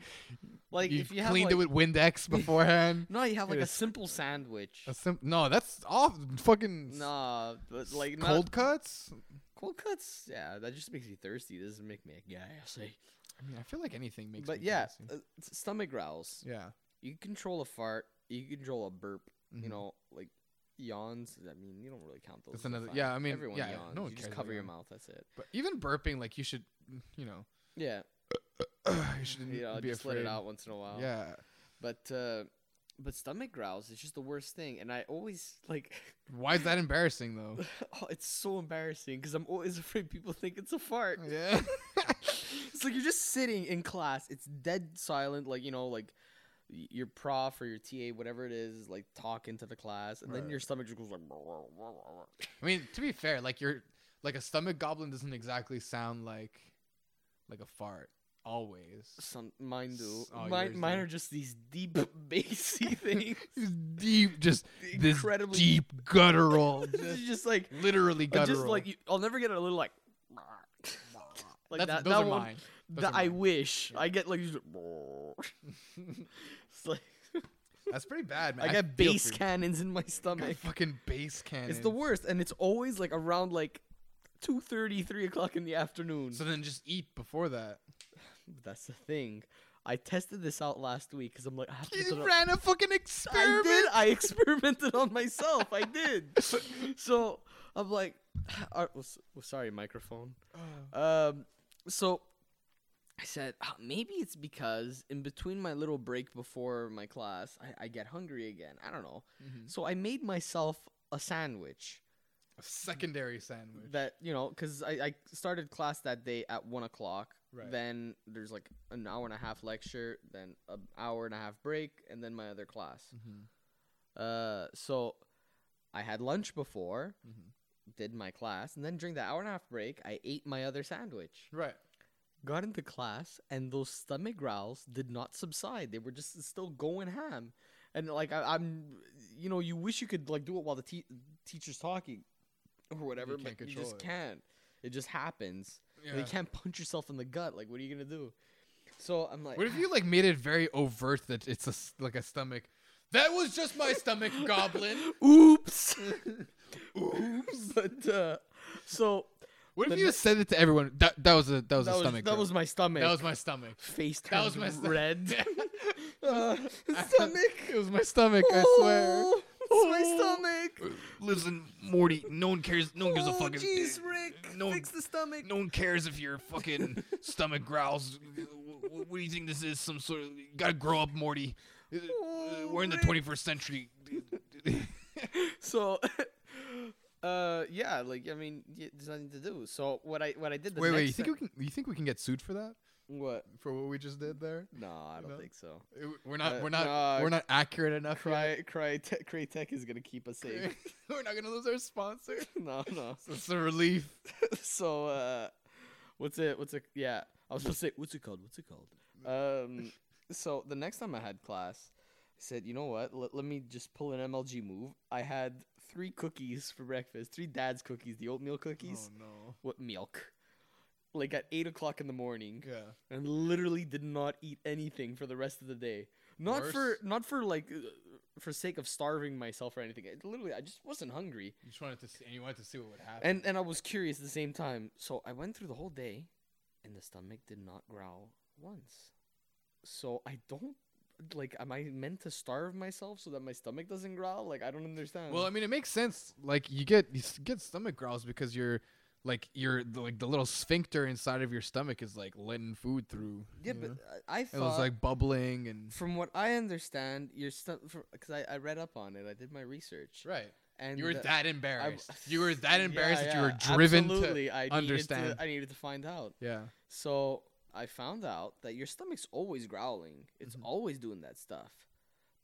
S2: Like
S1: you
S2: if you have
S1: cleaned
S2: like,
S1: it with Windex beforehand.
S2: no, you have like
S1: It
S2: a
S1: is-
S2: simple sandwich.
S1: A sim- no, that's off. Fucking s-
S2: Nah, but like not,
S1: cold cuts.
S2: cold cuts. Yeah, that just makes me thirsty. It doesn't make me gassy.
S1: I mean, I feel like anything makes.
S2: But
S1: me
S2: yeah,
S1: thirsty.
S2: uh, s- stomach growls.
S1: yeah.
S2: you can control a fart, you can control a burp,
S1: Mhm.
S2: you know, like yawns. I mean, you don't really count those.
S1: That's
S2: as a
S1: another-
S2: fart.
S1: yeah, I mean,
S2: everyone
S1: yeah,
S2: yawns.
S1: no one
S2: you
S1: cares
S2: just
S1: about
S2: cover your
S1: yawn.
S2: mouth. That's it.
S1: But even burping, like you should, you know,
S2: Yeah,
S1: you shouldn't
S2: you know,
S1: be
S2: just
S1: afraid.
S2: let it out once in a while.
S1: Yeah.
S2: but uh, but stomach growls is just the worst thing, and I always like,
S1: Why is that embarrassing though?
S2: oh, it's so embarrassing because I'm always afraid people think it's a fart.
S1: Oh, yeah.
S2: it's like you're just sitting in class. It's dead silent. Like you know, like y- your prof or your TA, whatever it is, is, like talking to the class, and
S1: Right.
S2: then your stomach just goes like.
S1: I mean, to be fair, like your like a stomach goblin doesn't exactly sound like like a fart always.
S2: Some mine do.
S1: S- oh, yours
S2: mine, mine
S1: do.
S2: are just these deep bassy things.
S1: It's deep, just this
S2: Incredibly
S1: deep guttural,
S2: It's
S1: just
S2: just like
S1: literally
S2: uh,
S1: guttural.
S2: just like you, I'll never get a little like like
S1: That's-
S2: that.
S1: those
S2: that
S1: are
S2: one,
S1: mine. Those
S2: that
S1: are
S2: I
S1: mine.
S2: wish I get like just it's like
S1: That's pretty bad, man.
S2: I get
S1: feel
S2: bass
S1: for you.
S2: cannons in my
S1: I
S2: stomach.
S1: fucking bass cannon.
S2: It's the worst, and it's always like around like two thirty, three o'clock in the afternoon.
S1: So then just eat before that.
S2: That's the thing. I tested this out last week because I'm like I have to.
S1: He
S2: look it up.
S1: ran a fucking
S2: I
S1: experiment.
S2: did. I experimented on myself. I did. So I'm like, uh, oh, s- oh, sorry, microphone. Um, so I said "Ah, maybe it's because in between my little break before my class, I, I get hungry again. I don't know.
S1: Mhm.
S2: So I made myself a sandwich
S1: A secondary sandwich.
S2: that you know because I, I started class that day at one o'clock
S1: Right.
S2: then there's like an hour and a half lecture then an hour and a half break and then my other class
S1: Mhm.
S2: uh, so I had lunch before,
S1: Mhm.
S2: did my class, and then during the hour and a half break, I ate my other sandwich.
S1: Right.
S2: Got into class, and those stomach growls did not subside. They were just still going ham, and like I, I'm, you know, you wish you could like do it while the te- teacher's talking, or whatever,
S1: can't
S2: but you
S1: control
S2: just
S1: it.
S2: can't. It just happens. And
S1: Yeah.
S2: You can't punch yourself in the gut. Like, what are you gonna do? So I'm like,
S1: What if you like made it very overt that it's a s- like a stomach? That was just my stomach goblin.
S2: Oops. Oops. But uh, so
S1: What if
S2: The
S1: you
S2: ne-
S1: said it to everyone? That that was a that was
S2: that
S1: a
S2: was,
S1: stomach.
S2: that
S1: grip.
S2: was my stomach.
S1: that was my stomach.
S2: face
S1: That
S2: turned
S1: was my stomach.
S2: red. uh, stomach.
S1: it was my stomach. I swear.
S2: Oh, It's my stomach.
S1: Listen, Morty. No one cares. No one gives a
S2: Oh,
S1: fuck. if-
S2: jeez, Rick.
S1: no-
S2: Fix the stomach.
S1: No one cares if your fucking stomach growls. What, what do you think this is? Some sort of you gotta grow up, Morty. Uh, uh, We're in the
S2: Oh, Rick.
S1: 21st century.
S2: So. Uh yeah, like I mean, y there's nothing to do. So what I what I did the
S1: wait,
S2: next
S1: wait. You think
S2: time-
S1: we can? You think we can get sued for that?
S2: what?
S1: For what we just did there?
S2: No, I don't
S1: No?
S2: think so.
S1: Uh, We're not.
S2: Uh,
S1: we're not.
S2: nah,
S1: we're not accurate enough. yet.
S2: Cry, cry, te- Crytek is gonna keep us safe.
S1: we're not gonna lose our sponsor.
S2: no, no.
S1: It's a relief.
S2: so uh what's it what's it yeah i was supposed to say what's it called what's it called um so the next time i had class i said you know what let, let me just pull an mlg move i had three cookies for breakfast three dad's cookies the oatmeal
S1: Oh,
S2: cookies
S1: no.
S2: what milk like at eight o'clock in the morning
S1: Yeah.
S2: and literally did not eat anything for the rest of the day not for
S1: Worse.
S2: not for like uh, for sake of starving myself or anything. It, literally, I just wasn't hungry,
S1: You just wanted to see, and you wanted to see what would happen.
S2: and and I was curious at the same time. So I went through the whole day, and the stomach did not growl once. So I don't like. Am I meant to starve myself so that my stomach doesn't growl? Like I don't understand.
S1: well, I mean, it makes sense. Like you get you s- get stomach growls because you're like you're the, like the little sphincter inside of your stomach is like letting food through.
S2: yeah,
S1: you
S2: but
S1: know?
S2: I, I
S1: it
S2: thought
S1: was like bubbling and
S2: from what I understand, your stuff because I, I read up on it. I did my research,
S1: right.
S2: and
S1: You were
S2: the-
S1: that
S2: I-
S1: embarrassed. you were that
S2: Yeah,
S1: embarrassed that you were
S2: yeah,
S1: driven
S2: absolutely. I needed
S1: understand.
S2: I needed to find out.
S1: to. Yeah.
S2: So I found out that your stomach's always growling. It's
S1: Mhm.
S2: always doing that stuff.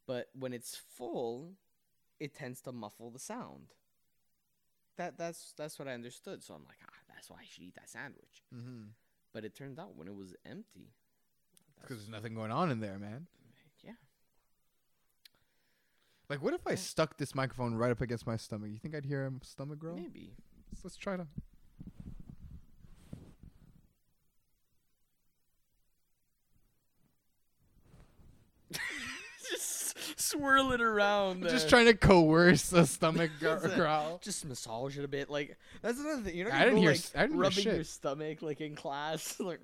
S2: But when it's full, it tends to muffle the sound. That that's that's what I understood. So I'm like, ah, that's why I should eat that sandwich.
S1: Mm-hmm.
S2: But it turned out when it was empty,
S1: Because there's nothing going on in there, man.
S2: yeah,
S1: Like, what if I
S2: Yeah.
S1: stuck this microphone right up against my stomach? You think I'd hear a stomach growl?
S2: maybe.
S1: Let's- Let's try it out.
S2: just swirl it around.
S1: Just
S2: uh,
S1: trying to coerce a stomach gr-
S2: That's it.
S1: growl.
S2: just massage it a bit. Like that's another thing. You're not
S1: I
S2: gonna
S1: didn't
S2: go,
S1: hear
S2: like,
S1: s- I didn't hear
S2: rubbing your
S1: shit.
S2: stomach like in class. like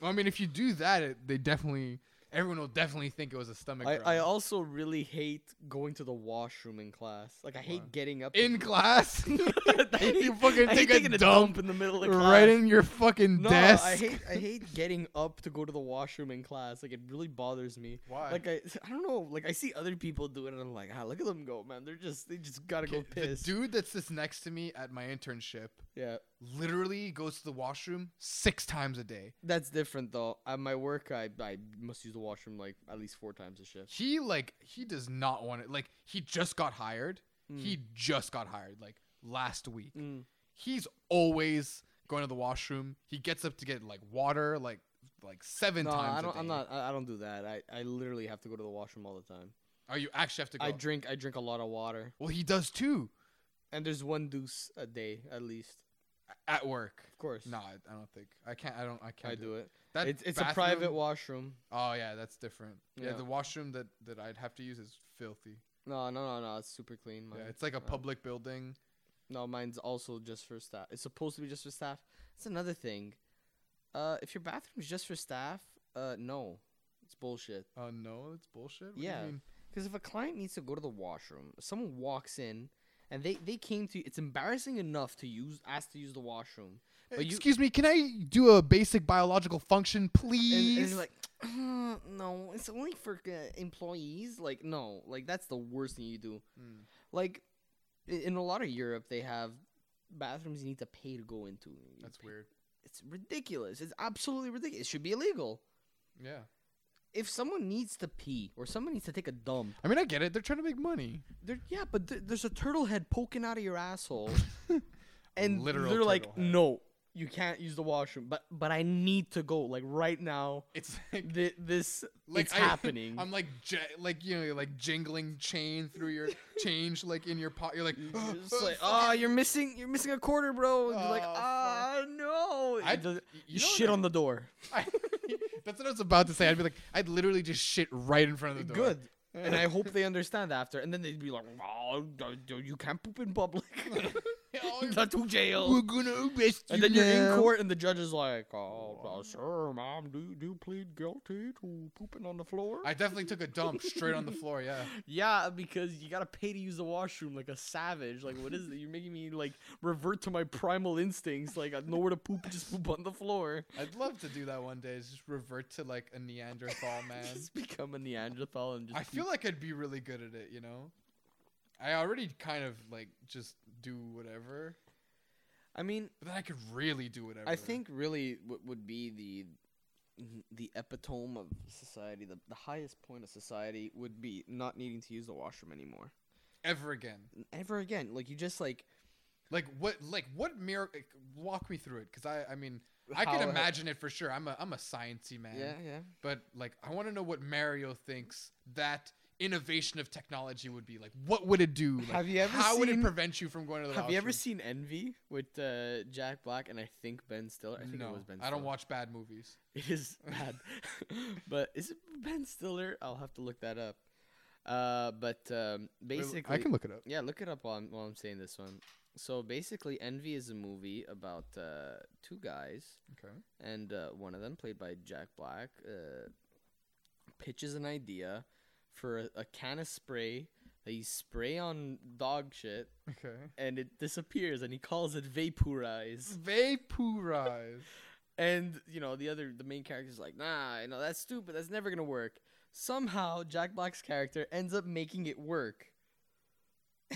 S1: Well, I mean, if you do that, it, they definitely everyone will definitely think it was a stomach
S2: I,
S1: growl.
S2: I also really hate going to the washroom in class. Like I hate
S1: Wow.
S2: getting up
S1: in class,
S2: I hate-
S1: you fucking
S2: I hate
S1: take a
S2: taking
S1: dump,
S2: in the middle of class.
S1: right in your fucking
S2: no,
S1: desk.
S2: I hate I hate getting up to go to the washroom in class. Like it really bothers me.
S1: Why?
S2: Like I I don't know. Like I see other people do it and I'm like, ah, look at them go, man. They're just they just gotta go
S1: Okay,
S2: piss.
S1: The dude that sits next to me at my internship
S2: yeah,
S1: literally goes to the washroom six times a day.
S2: that's different though. At my work, I I must use the washroom like at least four times a shift.
S1: He like he does not want it. Like he just got hired. He just got hired like last week.
S2: Mm.
S1: He's always going to the washroom. He gets up to get like water like like seven
S2: No,
S1: times.
S2: I don't.
S1: A day.
S2: I'm not. I, I don't do that. I, I literally have to go to the washroom all the time.
S1: Are you actually have to go?
S2: I drink. I drink a lot of water,
S1: well, he does too
S2: and there's one deuce a day at least.
S1: at work.
S2: Of course.
S1: No, I, I don't think I can't. I don't. I can't
S2: I
S1: do it.
S2: do it.
S1: That
S2: It's, it's a private
S1: bathroom-
S2: washroom.
S1: Oh yeah, that's different. Yeah,
S2: Yeah.
S1: the washroom that that I'd have to use is filthy.
S2: No, no, no, no. It's super clean. Mine.
S1: Yeah, it's like a
S2: uh,
S1: public building.
S2: No, mine's also just for staff. It's supposed to be just for staff. That's another thing. Uh, if your bathroom's just for staff, uh, no, it's bullshit.
S1: Oh no, that's bullshit. What
S2: Yeah.
S1: Do you mean?
S2: Because if a client needs to go to the washroom, if someone walks in and they they came to you. It's embarrassing enough to use ask to use the washroom. But you-
S1: Excuse me, can I do a basic biological function,
S2: and,
S1: please?
S2: and you're like, "Uh, no, it's only for uh, employees. Like, no, like that's the worst thing you do.
S1: Mm.
S2: Like, i- in a lot of Europe, they have bathrooms you need to pay to go into. You
S1: that's
S2: pay-
S1: weird.
S2: It's ridiculous. It's absolutely ridiculous. It should be illegal.
S1: Yeah.
S2: If someone needs to pee or someone needs to take a dump,
S1: I mean, I get it. They're trying to make money.
S2: there, yeah, but th- there's a turtle head poking out of your asshole, and
S1: literal
S2: they're like,
S1: turtle head.
S2: no. You can't use the washroom, but but I need to go like right now.
S1: It's like,
S2: Th- this
S1: like
S2: it's
S1: I-
S2: happening.
S1: I'm like, j- like you know, like jingling chain through your change, like in your pot. You're like,
S2: You're
S1: "Ugh,
S2: just
S1: ugh,
S2: like,
S1: fuck
S2: ah, you're missing, you're missing a quarter, bro. And you're like,
S1: Oh, fuck.
S2: ah, no.
S1: I-
S2: It does-
S1: y- "Oh, you
S2: you
S1: know
S2: shit
S1: that-
S2: on the door.
S1: I, that's what I was about to say. I'd be like, I'd literally just shit right in front of the door.
S2: Good. And I hope they understand after. And then they'd be like, oh, d- d- you can't poop in public.
S1: Oh,
S2: Not to
S1: We're
S2: jail.
S1: gonna arrest you
S2: And then you're in
S1: now.
S2: court, and the judge is like, oh, uh, sir, ma'am, do, do you plead guilty to pooping on the floor?
S1: I definitely took a dump straight on the floor. Yeah.
S2: yeah, because you gotta pay to use the washroom like a savage. Like, what is it? You're making me, like, revert to my primal instincts. Like, I know where to poop, just poop on the floor.
S1: I'd love to do that one day. Is just revert to like a Neanderthal man.
S2: Just become a Neanderthal and just
S1: I feel like I'd be really good at it. You know, I already kind of like just do whatever,
S2: I mean,
S1: but then I could really do whatever.
S2: I think really what would be the the epitome of society, the, the highest point of society would be not needing to use the washroom anymore.
S1: ever again.
S2: Ever again. Like you just like
S1: Like what? Like what miracle? Walk me through it, because I, I mean, I
S2: how-
S1: can imagine it for sure. I'm a, I'm a sciencey man.
S2: Yeah, yeah.
S1: But like, I want to know what Mario thinks that innovation of technology would be. Like, what would it do? Like,
S2: Have you ever
S1: How would it
S2: seen-
S1: prevent you from going to the?
S2: Have you ever
S1: washroom?
S2: seen Envy with uh, Jack Black and I think Ben Stiller? I think
S1: no,
S2: it was Ben Stiller.
S1: I don't watch bad movies.
S2: It is bad. but is it Ben Stiller? I'll have to look that up. Uh, but um, basically,
S1: I can look it up.
S2: yeah, look it up while I'm, while I'm saying this one. So basically, Envy is a movie about uh, two guys
S1: Okay.
S2: and uh, one of them, played by Jack Black, uh, pitches an idea for a, a can of spray that you spray on dog shit
S1: Okay.
S2: and it disappears, and he calls it vaporize.
S1: Vaporize.
S2: And you know, the other, the main character's like, nah, you know, that's stupid. That's never gonna work. Somehow, Jack Black's character ends up making it work.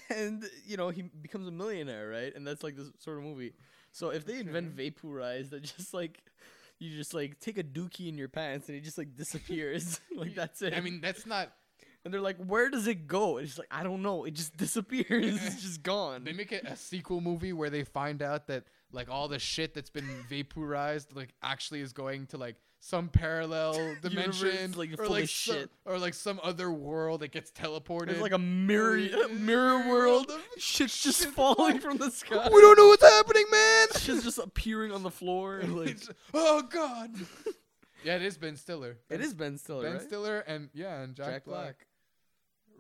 S2: And you know he becomes a millionaire, right? And that's like this sort of movie. So if they invent vaporize, that just like you just like take a dookie in your pants and it just like disappears. like that's it.
S1: I mean, that's not.
S2: and they're like, where does it go? And it's like I don't know. It just disappears. it's just gone.
S1: They make it a sequel movie where they find out that like all the shit that's been vaporized like actually is going to like some parallel dimension
S2: Universe, like,
S1: or
S2: full
S1: like
S2: of shit.
S1: Some, or like some other world that gets teleported.
S2: It's like a mirror, a mirror world. Shit's just falling from the sky.
S1: we don't know what's happening, man.
S2: Shit's just appearing on the floor. Like,
S1: It's- oh God. yeah, it is Ben Stiller.
S2: it is Ben Stiller,
S1: Ben
S2: right?
S1: Stiller and yeah, and Jack,
S2: Jack
S1: Black.
S2: Black.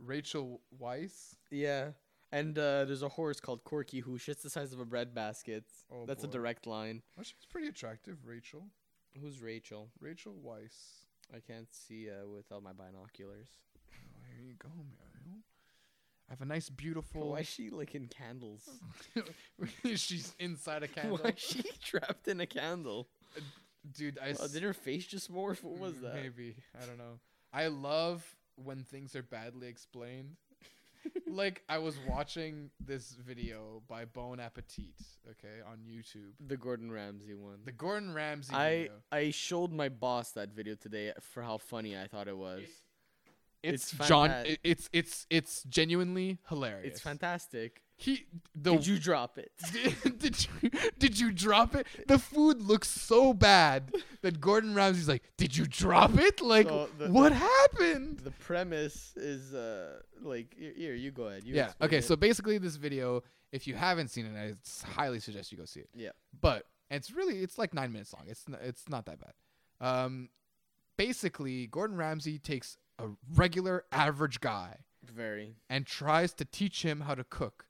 S1: Rachel Weisz.
S2: Yeah. And uh, there's a horse called Corky who shits the size of a bread basket.
S1: Oh,
S2: That's a
S1: boy.
S2: direct line.
S1: Oh, she's pretty attractive, Rachel.
S2: Who's Rachel?
S1: Rachel Weisz.
S2: I can't see uh, without my binoculars.
S1: Oh, here you go, Mario. I have a nice, beautiful.
S2: Why is she licking candles?
S1: She's inside a candle.
S2: Why is she trapped in a candle?
S1: Dude, I. Mm-hmm.
S2: Oh, did her face just morph? What was
S1: s-
S2: that?
S1: Maybe I don't know. I love when things are badly explained. like I was watching this video by Bon Appetit, okay, on YouTube.
S2: The Gordon Ramsay one.
S1: The Gordon Ramsay
S2: I
S1: video.
S2: I showed my boss that video today for how funny I thought it was. It's,
S1: It's,
S2: it's
S1: John.
S2: fanta-
S1: it- It's it's it's genuinely hilarious.
S2: fantastic.
S1: He the
S2: Did you drop it?
S1: did, did you did you drop it? The food looks so bad that Gordon Ramsay's like, did you drop it? Like,
S2: So the-
S1: what happened?
S2: the premise is uh like here, here you go ahead. You
S1: Yeah.
S2: explain
S1: Okay.
S2: it.
S1: So basically, this video, if you haven't seen it, I s- highly suggest you go see it.
S2: yeah,
S1: But and it's really it's like nine minutes long. It's n- it's not that bad. Um, basically, Gordon Ramsay takes a regular average guy
S2: very
S1: and tries to teach him how to cook.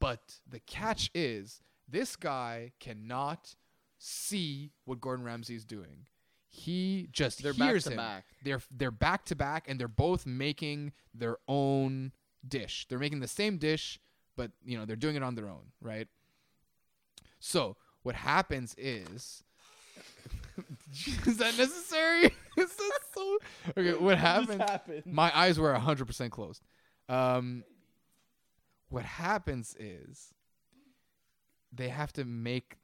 S1: But the catch is this guy cannot see what Gordon Ramsay is doing. He just
S2: They're back
S1: hears
S2: to
S1: him.
S2: back.
S1: They're they're back to back and they're both making their own dish. They're making the same dish, but you know, they're doing it on their own, right? So, what happens is is that necessary? is that so Okay, what happens?
S2: happened.
S1: My eyes were 100% closed. Um, what happens is they have to make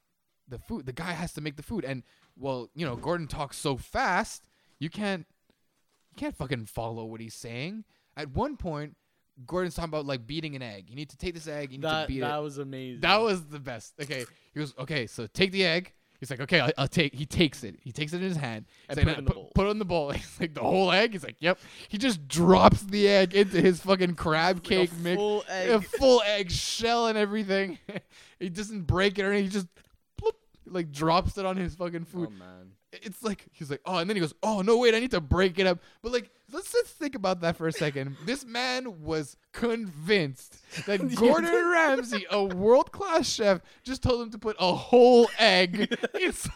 S1: the food. The guy has to make the food. And, well, you know, Gordon talks so fast, you can't you can't fucking follow what he's saying. At one point, Gordon's talking about like beating an egg. You need to take this egg, you need
S2: That
S1: to beat
S2: that
S1: it.
S2: was amazing.
S1: That was the best. Okay. He goes, okay, so take the egg. He's like, okay, I'll, I'll take. He takes it. He takes it in his hand. He's
S2: And
S1: like,
S2: put it in the bowl."
S1: put it in the bowl. He's like, the whole egg. He's like, yep. He just drops the egg into his fucking crab cake
S2: a
S1: mix,
S2: full
S1: a
S2: egg.
S1: full egg shell and everything. he doesn't break it or anything. He just bloop, like drops it on his fucking
S2: oh
S1: food.
S2: man.
S1: It's like he's like, oh, and then he goes, oh no, wait, I need to break it up. But like, let's just think about that for a second. this man was convinced that Gordon Ramsay, a world class chef, just told him to put a whole egg inside,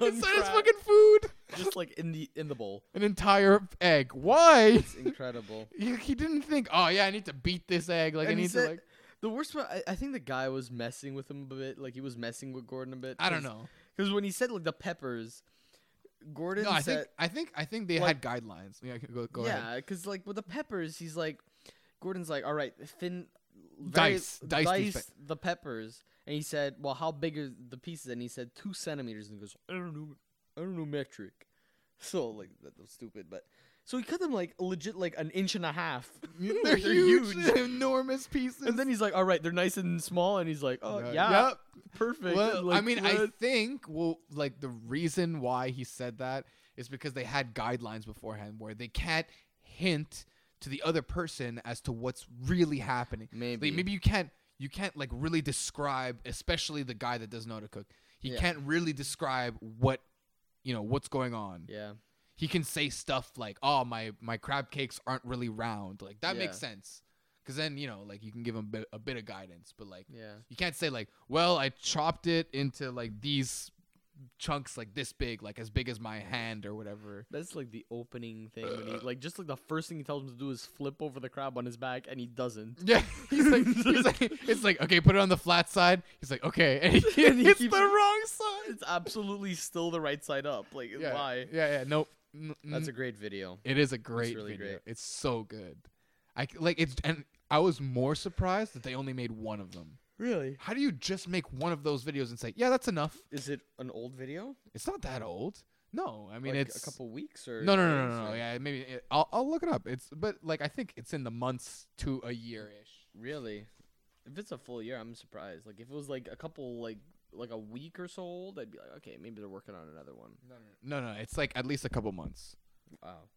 S2: On
S1: inside his
S2: crab.
S1: fucking food,
S2: Just like in the in the bowl.
S1: an entire egg. Why?
S2: It's incredible.
S1: He, he didn't think, oh yeah, I need to beat this egg. Like I
S2: And he
S1: need to
S2: said-
S1: like,
S2: The worst part, I, I think the guy was messing with him a bit. Like he was messing with Gordon a bit.
S1: I don't
S2: 'cause-
S1: know.
S2: Because when he said like the peppers, Gordon
S1: No, I
S2: said,
S1: think I think I think they had
S2: like-
S1: guidelines. Yeah, go, go ahead.
S2: "Yeah," because like with the peppers, he's like, Gordon's like, "All right, thin very-
S1: Dice, dice, these
S2: dice the peppers," and he said, "Well, how big are the pieces?" And he said two centimeters, and he goes, "I don't know, I don't know metric." So like that was stupid, but so he cut them like legit like an inch and a half.
S1: things. They're, huge, enormous pieces.
S2: And then he's like, "All right, they're nice and small," and he's like, "Oh
S1: Uh,
S2: yeah,
S1: yep.
S2: perfect."
S1: Well, I
S2: Like,
S1: mean, I
S2: what?
S1: think well, like the reason why he said that is because they had guidelines beforehand where they can't hint to the other person as to what's really happening. Like,
S2: Maybe.
S1: maybe you can't you can't like really describe, especially the guy that doesn't know how to cook. He
S2: Yeah.
S1: can't really describe what you know what's going on.
S2: yeah,
S1: he can say stuff like, "Oh, my my crab cakes aren't really round." Like that makes sense, because then you know, like you can give him a bit, a bit of guidance. But like,
S2: Yeah.
S1: you can't say like, "Well, I chopped it into like these chunks, like this big, like as big as my hand or whatever."
S2: That's like the opening thing. When
S1: Uh.
S2: he, like, just like the first thing he tells him to do is flip over the crab on his back, and he doesn't.
S1: Yeah, he's like, he's like, it's like okay, put it on the flat side. He's like, okay, and he,
S2: And he
S1: it's
S2: keeps-
S1: the wrong side.
S2: It's absolutely still the right side up. Like,
S1: Yeah,
S2: why?
S1: Yeah, yeah, nope. Mm,
S2: That's
S1: mm.
S2: a great video.
S1: It is a great
S2: really
S1: video.
S2: great.
S1: It's so good. I c- like it's and I was more surprised that they only made one of them.
S2: Really?
S1: How do you just make one of those videos and say, "Yeah, that's enough"?
S2: Is it an old video?
S1: It's not that old. No, I mean
S2: like
S1: it's
S2: a couple weeks or
S1: No, no, no,
S2: days
S1: no, no.
S2: or-
S1: Yeah, maybe it, I'll I'll look it up. It's but like I think it's in the months to a year ish.
S2: Really? If it's a full year, I'm surprised. Like if it was like a couple like like a week or so old, I'd be like, okay, maybe they're working on another one.
S1: No, no, no, no. It's like at least a couple months.
S2: Wow.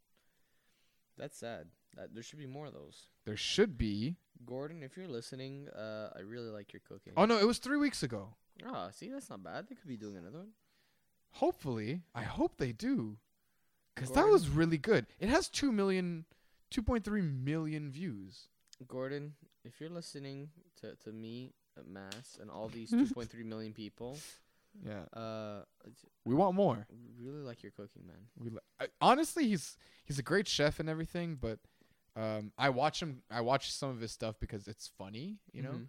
S2: That's sad. That, there should be more of those.
S1: There should be.
S2: Gordon, if you're listening, uh, I really like your cooking.
S1: Oh no, it was three weeks ago.
S2: Ah, see, that's not bad. They could be doing another one.
S1: Hopefully, I hope they do, because that
S2: Gordon?
S1: was really good. It has two million, two point three million views.
S2: Gordon, if you're listening to, to me at Mass and all these 2.3 million people,
S1: Yeah,
S2: uh, I
S1: we want more.
S2: really like your cooking, man.
S1: We li- I, honestly, he's he's a great chef and everything, but um, I watch him. I watch some of his stuff because it's funny, you know.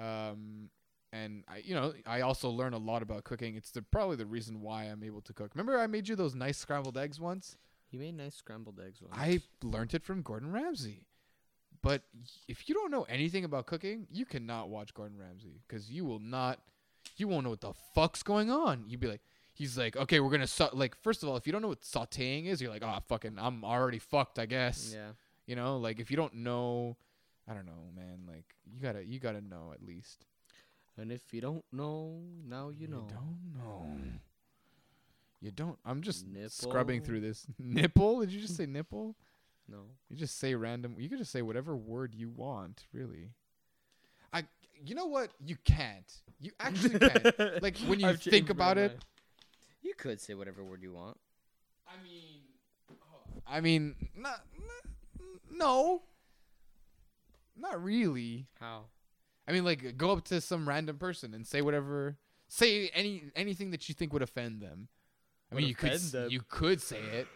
S2: Mhm.
S1: Um, and I, you know, I also learn a lot about cooking. It's the, probably the reason why I'm able to cook. Remember, I made you those nice scrambled eggs once.
S2: He made nice scrambled eggs once.
S1: I learned it from Gordon Ramsay. But y- if you don't know anything about cooking, you cannot watch Gordon Ramsay because you will not, you won't know what the fuck's going on. You'd be like, he's like, okay, we're gonna sa-. like. First of all, if you don't know what sautéing is, you're like, oh fucking, I'm already fucked, I guess.
S2: Yeah.
S1: You know, like if you don't know, I don't know, man. Like you gotta, you gotta know at least.
S2: And if you don't know, now you know.
S1: You don't know. You don't. I'm just scrubbing
S2: Nipple.
S1: through this. Nipple? Did you just say nipple?
S2: No.
S1: You just say random. You could just say whatever word you want, really. I. You know what? You can't. You actually can't. Like, when you
S2: I've
S1: think
S2: changed my
S1: about it-
S2: mind. you could say whatever word you want.
S1: I mean. I mean, not, no. Not really.
S2: How?
S1: I mean, like, go up to some random person and say whatever, say any anything that you think would offend them. I
S2: Would
S1: mean, you could
S2: offend
S1: s-
S2: them.
S1: you could say it,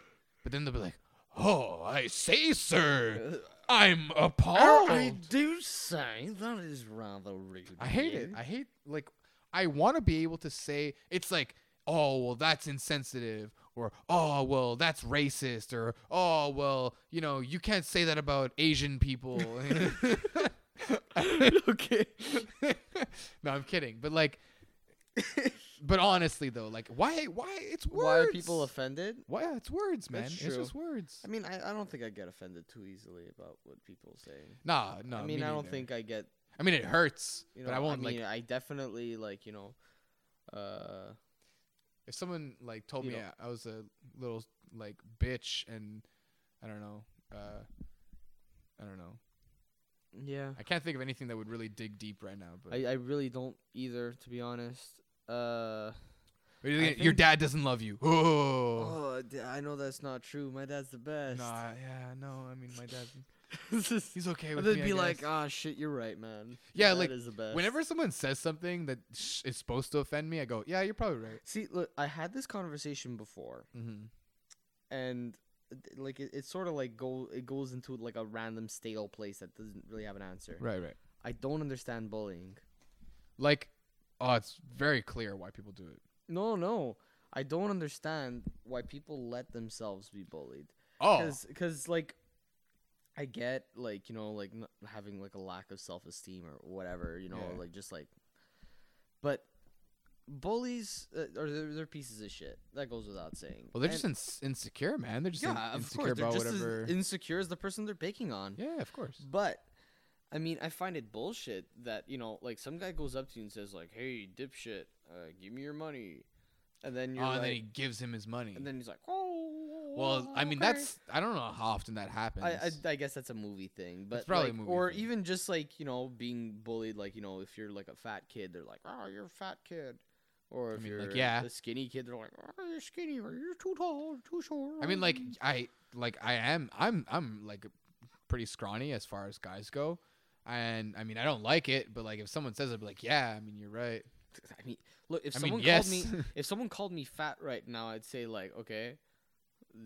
S1: but then they'll be like, "Oh, I say, sir, I'm appalled."
S2: Uh, I do say that is rather rude.
S1: Oh. I hate it. I hate like I want to be able to say it's like, "Oh, well, that's insensitive," or "Oh, well, that's racist," or "Oh, well, you know, you can't say that about Asian people."
S2: okay.
S1: no, I'm kidding. But like, but honestly though, like, why? Why? It's words.
S2: Why are people offended?
S1: Why? It's words, man.
S2: That's
S1: It's
S2: true.
S1: just words.
S2: I mean, I, I don't think I get offended too easily about what people say.
S1: Nah, no.
S2: I mean,
S1: me
S2: I don't
S1: neither.
S2: think I get.
S1: I mean, it hurts,
S2: You know,
S1: but I won't
S2: mean,
S1: like.
S2: I definitely like you know. Uh,
S1: If someone like told
S2: you
S1: me
S2: know.
S1: I I was a little like bitch, and I don't know, uh, I don't know.
S2: yeah.
S1: I can't think of anything that would really dig deep right now. But
S2: I, I really don't either, to be honest. Uh,
S1: What do you think?
S2: I
S1: your
S2: think-
S1: dad doesn't love you. Oh,
S2: oh, d- I know that's not true. My dad's the best.
S1: nah, yeah, no. I mean, my dad,
S2: This is-
S1: he's okay
S2: and
S1: with
S2: they'd
S1: me. I
S2: be like,
S1: guess.
S2: ah, shit, you're right, man.
S1: Yeah,
S2: Your dad
S1: like,
S2: is the best.
S1: Whenever someone says something that sh- is supposed to offend me, I go, "Yeah, you're probably right."
S2: See, look, I had this conversation before,
S1: Mm-hmm.
S2: and uh, d- like it, it's sort of like go it goes into like a random stale place that doesn't really have an answer.
S1: Right, right.
S2: I don't understand bullying.
S1: Like, oh, it's very clear why people do it.
S2: No, no, I don't understand why people let themselves be bullied.
S1: Oh,
S2: because because like i get like you know like n- having like a lack of self-esteem or whatever you know
S1: Yeah.
S2: like just like but bullies uh, are they're, they're pieces of shit that goes without saying
S1: well, they're
S2: And-
S1: just ins- insecure, man. They're just in-
S2: yeah of
S1: insecure
S2: course they're
S1: about
S2: just as
S1: whatever.
S2: insecure as the person they're picking on
S1: yeah, of course.
S2: but I mean, I find it bullshit that you know, like some guy goes up to you and says, like, "Hey, dipshit, uh, give me your money," and then
S1: Oh,
S2: you're like,
S1: and then he gives him his money.
S2: and then he's like, "Oh,
S1: well, I mean,
S2: okay."
S1: that's I don't know how often that happens.
S2: I, I, I guess that's a movie thing, but
S1: probably a
S2: like-
S1: movie
S2: or
S1: thing.
S2: even just like you know being bullied, like you know if you're like a fat kid, they're like, oh, you're a fat kid, Or if
S1: mean,
S2: you're
S1: like, yeah.
S2: a skinny kid, they're like, oh, you're skinny or you're too tall, or too short.
S1: I mean, like I like I am I'm I'm like pretty scrawny as far as guys go, and I mean I don't like it, but like if someone says it, I'd be like, yeah, I mean you're right.
S2: I mean, look, if
S1: I mean,
S2: someone
S1: yes.
S2: called me, if someone called me fat right now, I'd say like, okay,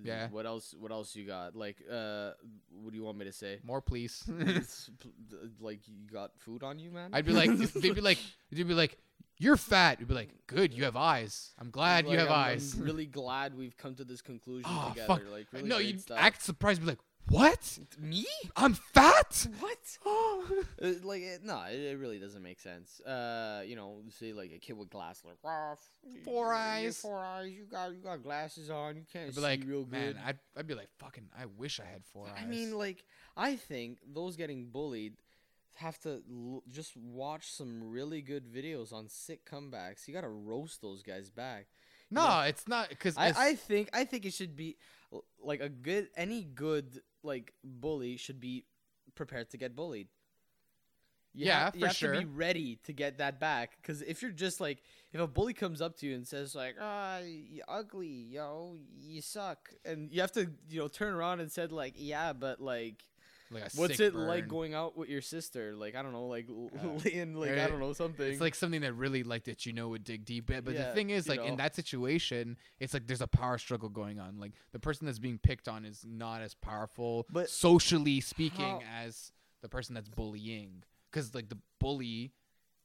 S1: Yeah.
S2: What else? What else you got? Like, uh, what do you want me to say?
S1: More please.
S2: It's p- d- like you got food on you, man.
S1: I'd be like, they'd be like, they'd be like, you're fat. You'd be like, good, you have eyes. I'm glad you
S2: Like,
S1: have
S2: I'm-
S1: eyes.
S2: I'm really glad we've come to this conclusion
S1: Oh,
S2: together.
S1: fuck.
S2: Like, really
S1: no,
S2: great
S1: you'd
S2: stuff.
S1: act surprised. Be like, what?
S2: me?
S1: I'm fat.
S2: What? Uh, like, it, no, it, it really doesn't make sense. Uh, you know, say like a kid with glasses, like "Rah, f- you-
S1: Four
S2: you-
S1: eyes."
S2: four eyes. You got, you got glasses on. You can't
S1: I'd
S2: see
S1: be like,
S2: real
S1: man,
S2: good.
S1: I'd, I'd be like, fucking, I wish I had four eyes.
S2: I mean, like, I think those getting bullied have to l- just watch some really good videos on sick comebacks. You gotta roast those guys back.
S1: no,
S2: know,
S1: it's not because
S2: I, I think I think it should be l- like a good any good like bully should be prepared to get bullied. You
S1: Yeah,
S2: have, you
S1: for
S2: have to be
S1: sure.
S2: ready to get that back. Because if you're just like, if a bully comes up to you and says like, "Ah, you ugly, yo, you suck," and you have to, you know, turn around and said like, "Yeah, but like,
S1: like a
S2: what's
S1: sick
S2: it like
S1: burn.
S2: going out with your sister? Like, I don't know, like l-
S1: Yeah.
S2: laying like I
S1: Right.
S2: don't know something."
S1: It's like something that really like that you know would dig deep. But but
S2: Yeah,
S1: the thing is,
S2: you
S1: like
S2: know.
S1: in that situation, it's like there's a power struggle going on. Like the person that's being picked on is not as powerful,
S2: But
S1: socially speaking,
S2: how-
S1: as the person that's bullying. Because like the bully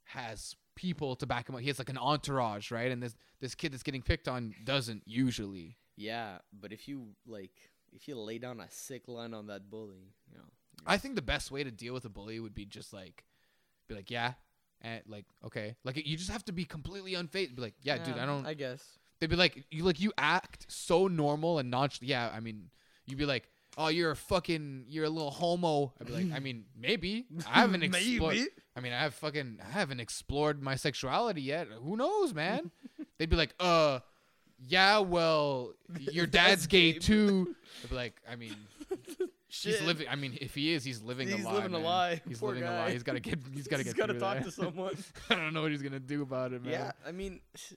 S1: has people to back him up. He has like an entourage, right? And this this kid that's getting picked on doesn't usually.
S2: Yeah, but if you like, if you lay down a sick line on that bully, you know.
S1: I think the best way to deal with a bully would be just like, be like, yeah, and like, okay, like you just have to be completely unfazed. Be like, yeah, dude, I don't.
S2: I guess.
S1: They'd be like, you like you act so normal and nonchalant. Yeah, I mean, you'd be like, oh, you're a fucking, you're a little homo. I'd be like, I mean, maybe I haven't explored.
S2: Maybe.
S1: I mean, I have fucking, I haven't explored my sexuality yet. Who knows, man? They'd be like, uh, yeah, well, your dad's gay too. I'd be like, I mean, he's living. I mean, if he is, he's living a
S2: He's
S1: lie.
S2: living a
S1: man.
S2: lie.
S1: He's
S2: Poor
S1: living a
S2: guy.
S1: lie. He's gotta get. He's gotta
S2: He's
S1: get.
S2: gotta
S1: through
S2: talk
S1: that.
S2: to someone.
S1: I don't know what he's gonna do about it, man.
S2: Yeah, I mean,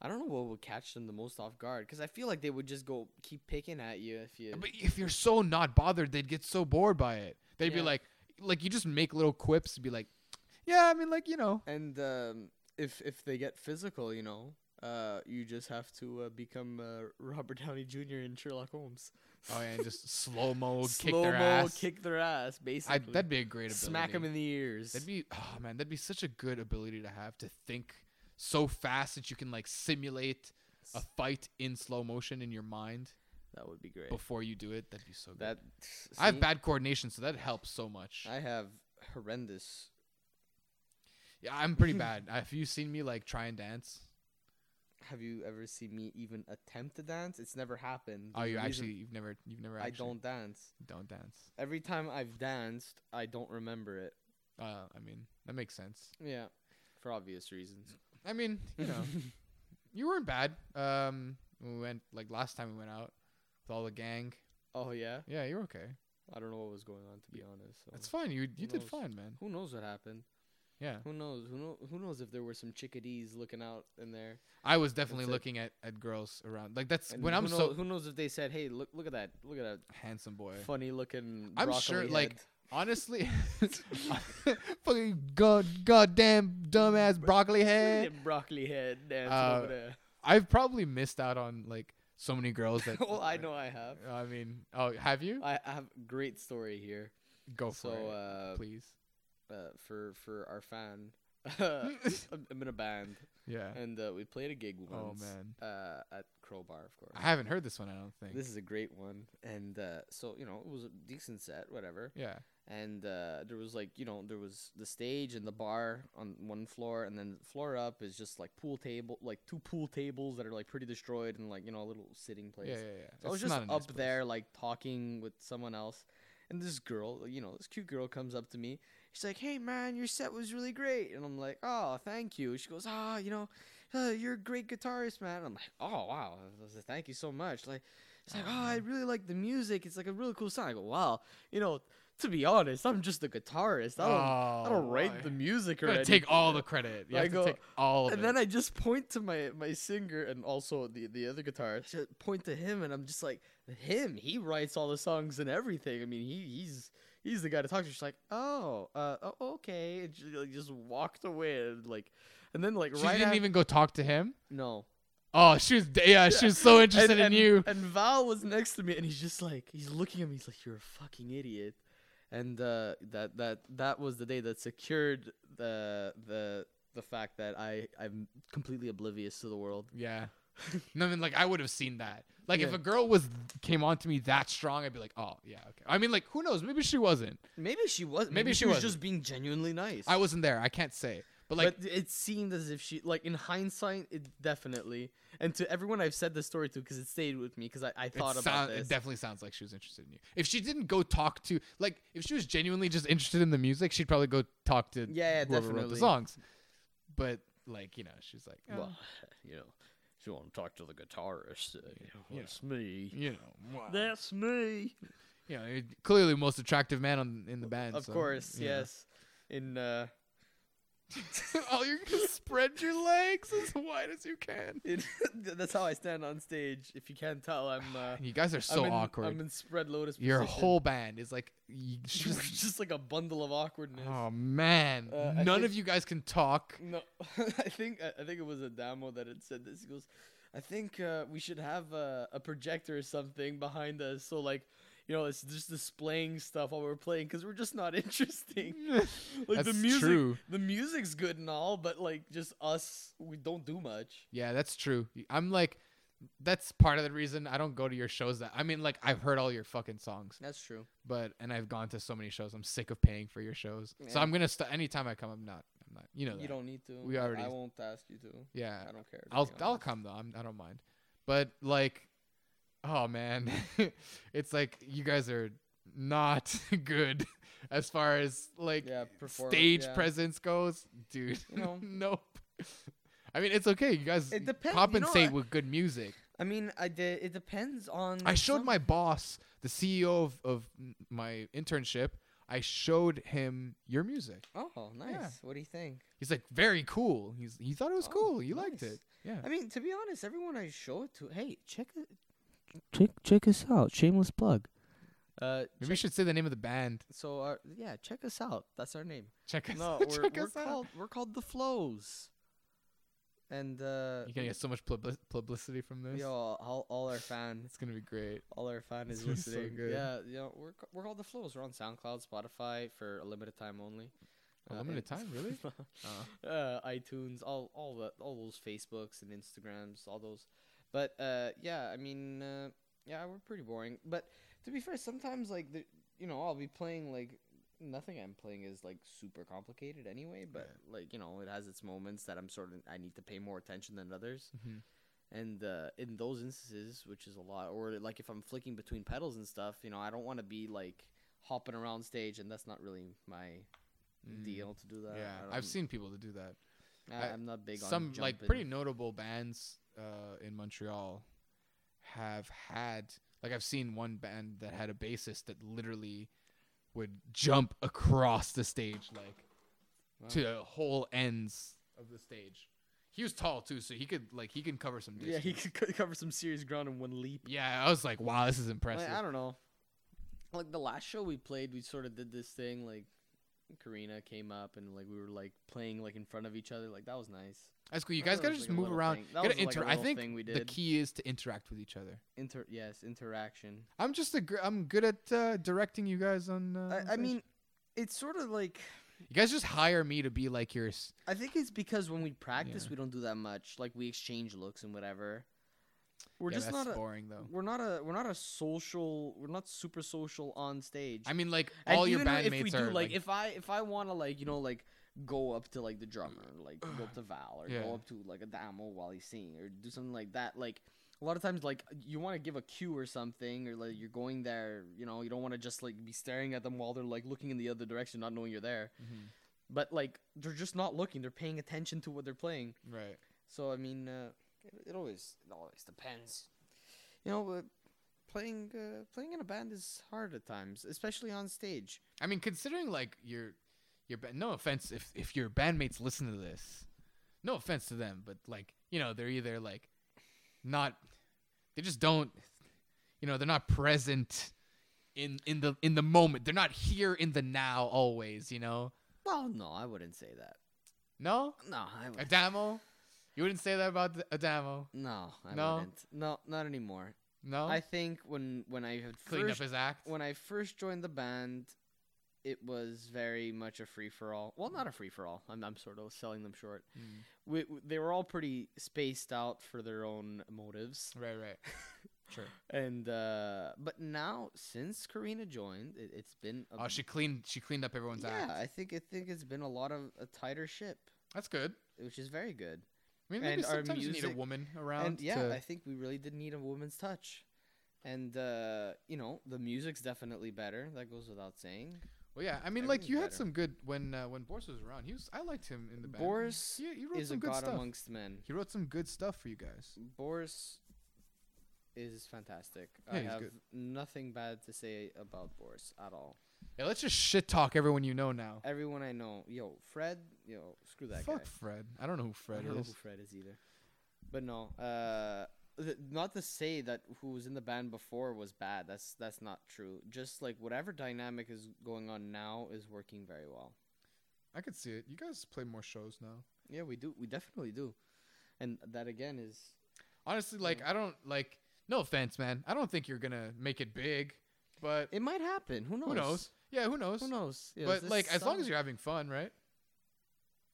S2: I don't know what would catch them the most off guard because I feel like they would just go keep picking at you if you.
S1: But if you're so not bothered, they'd get so bored by it. They'd be
S2: Yeah.
S1: like, like you just make little quips, and be like, yeah, I mean, like you know,
S2: and um, if if they get physical, you know, uh, you just have to uh, become uh, Robert Downey Jr. in Sherlock Holmes.
S1: oh yeah, and just slow mo kick
S2: Slow
S1: their
S2: mo,
S1: ass.
S2: kick their ass,
S1: I,
S2: basically.
S1: that'd be a great ability.
S2: Smack them in the ears.
S1: That'd be oh man, that'd be such a good ability to have to think so fast that you can like simulate a fight in slow motion in your mind
S2: that would be great.
S1: before you do it. That'd be so good.
S2: That
S1: I have
S2: see,
S1: bad coordination, so that helps so much.
S2: I have horrendous.
S1: yeah, I'm pretty bad. Have you seen me like try and dance?
S2: Have you ever seen me even attempt to dance? It's never happened.
S1: Oh,
S2: There's
S1: you
S2: a reason
S1: actually, you've never, you've never.
S2: I
S1: Actually,
S2: don't dance.
S1: don't dance.
S2: Every time I've danced, I don't remember it.
S1: Uh, I mean, that makes sense.
S2: Yeah, for obvious reasons.
S1: I mean, you know, you weren't bad. Um, when we went like last time we went out with all the gang.
S2: oh yeah,
S1: Yeah, you're okay.
S2: I don't know what was going on to be honest. So.
S1: That's fine. You you did
S2: knows?
S1: fine, man.
S2: who knows what happened?
S1: Yeah,
S2: Who knows? Who know? Who knows if there were some chickadees looking out in there?
S1: I was definitely
S2: That's it.
S1: looking at, at girls around. Like that's
S2: And
S1: when
S2: who
S1: I'm
S2: know-
S1: so
S2: who knows if they said, "Hey, look, look at that, look at that
S1: handsome boy.
S2: funny looking."
S1: I'm sure,
S2: broccoli
S1: like-
S2: head."
S1: Honestly, fucking god goddamn dumbass broccoli head.
S2: broccoli head dancing
S1: eh. Uh,
S2: over there.
S1: I've probably missed out on like so many girls that.
S2: oh, I know I have.
S1: I mean, oh, have you?
S2: I I have a great story here.
S1: Go for
S2: so,
S1: it,
S2: uh,
S1: please.
S2: uh, for for our fan, I'm, I'm in a band,
S1: Yeah. Oh,
S2: and uh, we played a gig once.
S1: man.
S2: Uh, at Crowbar, of course.
S1: I haven't heard this one. I don't think.
S2: This is a great one, and uh, so you know it was a decent set, whatever.
S1: yeah.
S2: And uh, there was like you know there was the stage and the bar on one floor, and then the floor up is just like pool table, like two pool tables that are like pretty destroyed, and like you know a little sitting place.
S1: Yeah, yeah, yeah.
S2: So I was
S1: It's
S2: just
S1: not a
S2: up
S1: nice place.
S2: there, like talking with someone else, and this girl, you know, this cute girl comes up to me. She's like, "Hey, man, your set was really great," and I'm like, "Oh, thank you." She goes, "Ah, you know, uh, you're a great guitarist, man." I'm like, "Oh, wow, I said,
S1: Uh-huh.
S2: thank you so much." Like, it's like, "Oh, I really like the music. It's like a really cool song." I go, "Wow, you know." to be honest, I'm just the guitarist. I don't, I
S1: Oh,
S2: don't write
S1: I-
S2: the music or
S1: You gotta
S2: anything.
S1: take all the credit. You
S2: I
S1: have
S2: go-
S1: to take all of
S2: and
S1: it.
S2: then I just point to my my singer and also the the other guitarist. I point to him, and I'm just like, him. He writes all the songs and everything. I mean, he he's he's the guy to talk to. She's like, oh, uh, oh, okay, and she like, just walked away, and like, and then like
S1: she
S2: right
S1: didn't
S2: af-
S1: even go talk to him.
S2: no.
S1: Oh, she was yeah, she was so interested
S2: and,
S1: in
S2: and-
S1: you.
S2: And Val was next to me, and he's just like, he's looking at me. He's like, "You're a fucking idiot." And uh, that that that was the day that secured the the the fact that I I'm completely oblivious to the world.
S1: Yeah. No, I mean, like I would have seen that. Like if
S2: Yeah.
S1: a girl was came on to me that strong, I'd be like, oh yeah, okay. I mean, like who knows? Maybe she wasn't.
S2: Maybe she was. Maybe,
S1: Maybe
S2: she,
S1: she
S2: was
S1: wasn't.
S2: just being genuinely nice.
S1: I wasn't there. I can't say. But like,
S2: but it seemed as if she like in hindsight, it definitely. And to everyone I've said this story to, because it stayed with me, because I, I thought
S1: it,
S2: about
S1: sound,
S2: this.
S1: it definitely sounds like she was interested in you. If she didn't go talk to, like, if she was genuinely just interested in the music, she'd probably go talk to
S2: Yeah, yeah,
S1: whoever wrote
S2: definitely.
S1: the songs. But like, you know, she's like, "Oh,
S2: well, you know, if you want to talk to the guitarist, uh,
S1: you know.
S2: it's me.
S1: you know, wow.
S2: That's me.
S1: you know, it- clearly the most attractive man on in the band.
S2: Of
S1: so,
S2: course,
S1: you know.
S2: yes. In uh,
S1: oh, you're gonna spread your legs as wide as you can.
S2: in that's how I stand on stage. If you can't tell, I'm uh,
S1: You guys are so
S2: I'm in,
S1: awkward.
S2: I'm in spread lotus.
S1: Your
S2: position.
S1: whole band is like, you
S2: just,
S1: just,
S2: just like a bundle of awkwardness.
S1: oh man,
S2: Uh, I
S1: none
S2: think-
S1: of you guys can talk.
S2: No, I think I I think it was a demo that had said this. He goes, I think uh, we should have a, a projector or something behind us, so like, you know, it's just displaying stuff while we're playing because we're just not interesting. like the
S1: That's
S2: music,
S1: true.
S2: the music's good and all, but like just us, we don't do much.
S1: Yeah, that's true. I'm like, that's part of the reason I don't go to your shows. That I mean, like, I've heard all your fucking songs,
S2: That's true.
S1: but and I've gone to so many shows. I'm sick of paying for your shows. So
S2: Yeah.
S1: I'm gonna st- anytime I come, I'm not. I'm not. You know.
S2: You
S1: that.
S2: don't need to.
S1: We
S2: I-
S1: already-
S2: I won't ask you to.
S1: Yeah.
S2: I don't care. to be
S1: I'll I'll
S2: honest.
S1: come though. I'm, I don't mind. But like, oh man, it's like you guys are not good as far as like
S2: Yeah, perform-
S1: stage
S2: yeah.
S1: presence goes, dude.
S2: You know.
S1: nope. I mean, it's okay. You guys
S2: It depends, you know,
S1: compensate
S2: I-
S1: with good music.
S2: I mean, I did. It depends on.
S1: I showed
S2: some-
S1: my boss, the CEO of, of my internship. I showed him your music.
S2: Oh, nice.
S1: Yeah.
S2: What do you think?
S1: He's like very cool. He's he thought it was
S2: Oh,
S1: cool. He liked
S2: nice.
S1: it. Yeah.
S2: I mean, to be honest, everyone I show it to, hey, check it. Check check us out. Shameless plug. Uh,
S1: Maybe we should say the name of the band.
S2: so our, yeah, check us out. That's our name.
S1: Check us
S2: No,
S1: out.
S2: we're,
S1: Check
S2: we're
S1: us out.
S2: called we're called the Flows. And uh,
S1: You're gonna get so much publi- publicity from this.
S2: yo, all, all our fans,
S1: It's gonna be great.
S2: all our fan
S1: It's
S2: is
S1: gonna be so
S2: listening.
S1: good.
S2: yeah, you know, we're ca- we're called the Flows. We're on SoundCloud, Spotify for a limited time only.
S1: A
S2: Uh,
S1: limited
S2: and-
S1: time, really?
S2: uh, iTunes, all all the all those Facebooks and Instagrams, all those. But uh, yeah, I mean, uh, yeah, we're pretty boring. But to be fair, sometimes like the, you know, I'll be playing like nothing I'm playing is like super complicated anyway. But like you know, it has its moments that I'm sort of I need to pay more attention than others.
S1: Mhm.
S2: And uh, in those instances, which is a lot, or like if I'm flicking between pedals and stuff, you know, I don't want to be like hopping around stage, and that's not really my
S1: Mm.
S2: deal to do that.
S1: yeah,
S2: I don't-
S1: I've seen people that do that. I-
S2: I, I'm not big on
S1: Some like
S2: jumping.
S1: pretty notable bands uh, in Montreal have had like I've seen one band that had a bassist that literally would jump across the stage like
S2: Wow.
S1: to the whole ends of the stage. He was tall too, so he could like he can cover some distance.
S2: Yeah, he could co- cover some serious ground in one leap.
S1: Yeah, I was like, wow, this is impressive.
S2: Like, I don't know. Like the last show we played, we sort of did this thing. Like Karina came up and like we were like playing like in front of each other. Like that was nice.
S1: That's cool. You
S2: That
S1: guys gotta
S2: was,
S1: just
S2: like, a
S1: move
S2: little
S1: around.
S2: thing. That
S1: Gotta
S2: was, like, a
S1: inter- I
S2: little
S1: think
S2: thing we
S1: the
S2: did.
S1: key is to interact with each other.
S2: Inter yes, interaction.
S1: I'm just a gr- I'm good at uh, directing you guys on. Uh, on
S2: I, I
S1: stage.
S2: mean, it's sort of like
S1: you guys just hire me to be like your. s-
S2: I think it's because when we practice,
S1: Yeah.
S2: we don't do that much. Like we exchange looks and whatever. We're
S1: Yeah,
S2: just
S1: that's
S2: not. A,
S1: boring though.
S2: we're not a. We're not a social. We're not super social on stage.
S1: I mean, like
S2: And
S1: all your
S2: even
S1: bandmates
S2: if we do,
S1: are
S2: like, if I if I want to like you know like go up to like the drummer like go up to Val or
S1: Yeah.
S2: go up to like a Damo while he's singing or do something like that like a lot of times like you want to give a cue or something or like you're going there you know you don't want to just like be staring at them while they're like looking in the other direction not knowing you're there
S1: Mhm.
S2: but like they're just not looking they're paying attention to what they're playing
S1: right.
S2: so I mean, uh, it, it always it always depends. You know, but playing uh, playing in a band is hard at times, especially on stage.
S1: I mean, considering like your your ba- no offense if if your bandmates listen to this, no offense to them, but like you know they're either like not they just don't you know they're not present in in the in the moment. They're not here in the now always. You know,
S2: Well, no, I wouldn't say that.
S1: no
S2: No, I would.
S1: Adamo, you wouldn't say that about Adamo.
S2: no, I
S1: No.
S2: wouldn't. No, not anymore.
S1: No,
S2: I think when when I had
S1: cleaned up
S2: first
S1: his act.
S2: when I first joined the band, it was very much a free for all. Well, not a free for all. I'm, I'm sort of selling them short.
S1: Mm.
S2: We, w- they were all pretty spaced out for their own motives.
S1: Right, right, sure.
S2: And uh, but now since Karina joined, it, it's been a
S1: Oh, she cleaned she cleaned up everyone's
S2: Um, yeah.
S1: act.
S2: I think I think it's been a lot of a tighter ship,
S1: That's good.
S2: which is very good.
S1: I mean, maybe
S2: And our
S1: sometimes you need
S2: music-
S1: a woman around.
S2: and yeah,
S1: to-
S2: I think we really did need a woman's touch. And uh, you know, the music's definitely better. That goes without saying.
S1: Well, yeah, I mean, like
S2: Everything's
S1: you had
S2: better.
S1: some good when uh, when Boris was around. He was I liked him in the band.
S2: Boris
S1: he, he wrote
S2: is a
S1: some good
S2: god
S1: stuff.
S2: amongst men.
S1: He wrote some good stuff for you guys.
S2: Boris is fantastic.
S1: Yeah,
S2: I
S1: he's
S2: have
S1: good.
S2: nothing bad to say about Boris at all.
S1: Yeah, let's just shit talk everyone you know now.
S2: Everyone I know, yo, Fred, yo, screw that
S1: Fuck
S2: guy.
S1: Fred. I don't know who Fred
S2: I don't know
S1: is.
S2: who Fred is either. But no, uh, th- not to say that who was in the band before was bad. That's that's not true. Just like whatever dynamic is going on now is working very well.
S1: I could see it. You guys play more shows now.
S2: Yeah, we do. We definitely do. And that again is
S1: Honestly, like I don't like. No offense, man. I don't think you're gonna make it big, but
S2: it might happen. Who knows?
S1: who knows? Yeah, who knows?
S2: Who knows? Yeah,
S1: But
S2: this
S1: like, as long
S2: song-
S1: as you're having fun, right?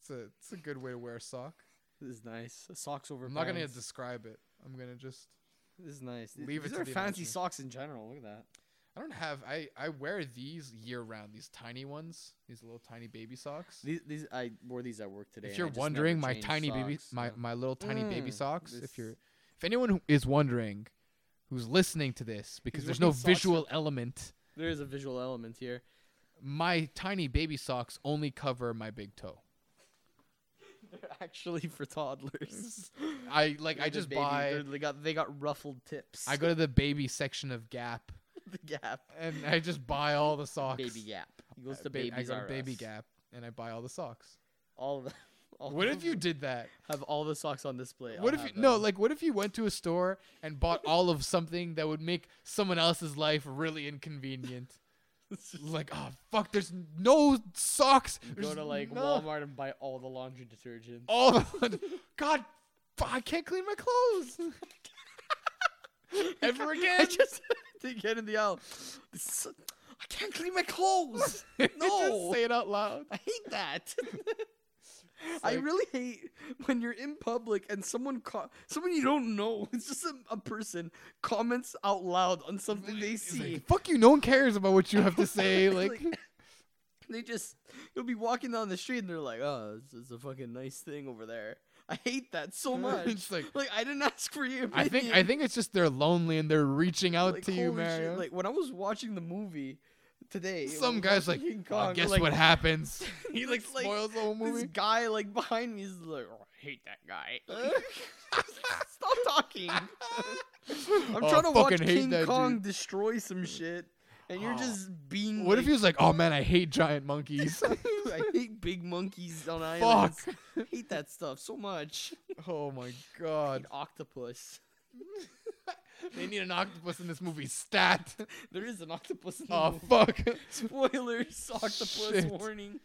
S1: It's a it's a good way to wear a sock.
S2: this is nice. Socks over.
S1: I'm not gonna
S2: pants.
S1: describe it. I'm gonna just.
S2: This is nice. Th-
S1: Leave it
S2: These
S1: to
S2: are
S1: the
S2: fancy
S1: imagination.
S2: socks in general. Look at that.
S1: I don't have. I I wear these year round. These tiny ones. These little tiny baby socks.
S2: These, these I wore these at work today.
S1: if
S2: and
S1: you're
S2: I just
S1: wondering,
S2: never
S1: my
S2: change
S1: tiny baby,
S2: socks.
S1: my
S2: Yeah.
S1: my little tiny baby
S2: Mm,
S1: socks.
S2: this-
S1: If you're, if anyone who is wondering, who's listening to this, because there's no
S2: wearing socks with-
S1: visual element.
S2: there is a visual element here.
S1: My tiny baby socks only cover my big toe.
S2: They're actually for toddlers.
S1: I like.
S2: They're
S1: I
S2: the
S1: just
S2: baby-
S1: buy.
S2: they're- They got they got ruffled tips.
S1: I go to the baby section of Gap,
S2: the Gap.
S1: and I just buy all the socks.
S2: Baby Gap. He goes
S1: Uh,
S2: to
S1: ba-
S2: baby.
S1: I go to Baby Gap and I buy all the socks.
S2: All of them. all
S1: What
S2: of
S1: if you
S2: them
S1: did that?
S2: have all the socks on display?
S1: What if
S2: I'll
S1: you
S2: have
S1: no?
S2: them.
S1: Like, what if you went to a store and bought all of something that would make someone else's life really inconvenient? like, oh fuck, there's no socks.
S2: go
S1: there's
S2: to like
S1: no-
S2: Walmart and buy all the laundry detergent?
S1: All the God, fu- I can't clean my clothes Oh, ever
S2: I
S1: again.
S2: just to get in the aisle. This- I can't clean my clothes.
S1: Just
S2: No,
S1: say it out loud.
S2: I hate that. I
S1: like-
S2: really hate when you're in public and someone co- someone you don't know, it's just a, a person comments out loud on something they
S1: It's like,
S2: see.
S1: fuck you. No one cares about what you have to say. Like,
S2: Like- They just you'll be walking down the street and they're like, "Oh, it's, it's a fucking nice thing over there." I hate that so much.
S1: It's like-
S2: I didn't ask for you.
S1: I think I think it's just they're lonely and they're reaching out to you, Mario.
S2: Like when I was watching the movie today,
S1: Some
S2: when I
S1: guy's
S2: was
S1: like,
S2: watching King
S1: "Oh,
S2: Kong,
S1: guess
S2: like,
S1: what happens? he like
S2: It's like
S1: spoils the whole
S2: This
S1: movie.
S2: guy like behind me is like, "Oh, I hate that guy. Stop talking. I'm
S1: Oh, I
S2: trying to watch
S1: fucking hate that
S2: King
S1: dude.
S2: Kong destroy some shit, and you're
S1: Oh.
S2: just being.
S1: What if he
S2: like,
S1: was like, oh man, I hate giant monkeys.
S2: I hate big monkeys on islands.
S1: Fuck.
S2: I hate that stuff so much.
S1: Oh my
S2: I
S1: god.
S2: hate octopus.
S1: They need an octopus in this movie. Stat.
S2: There is an octopus in the
S1: Oh
S2: movie.
S1: fuck.
S2: Spoilers, octopus
S1: Shit.
S2: warning.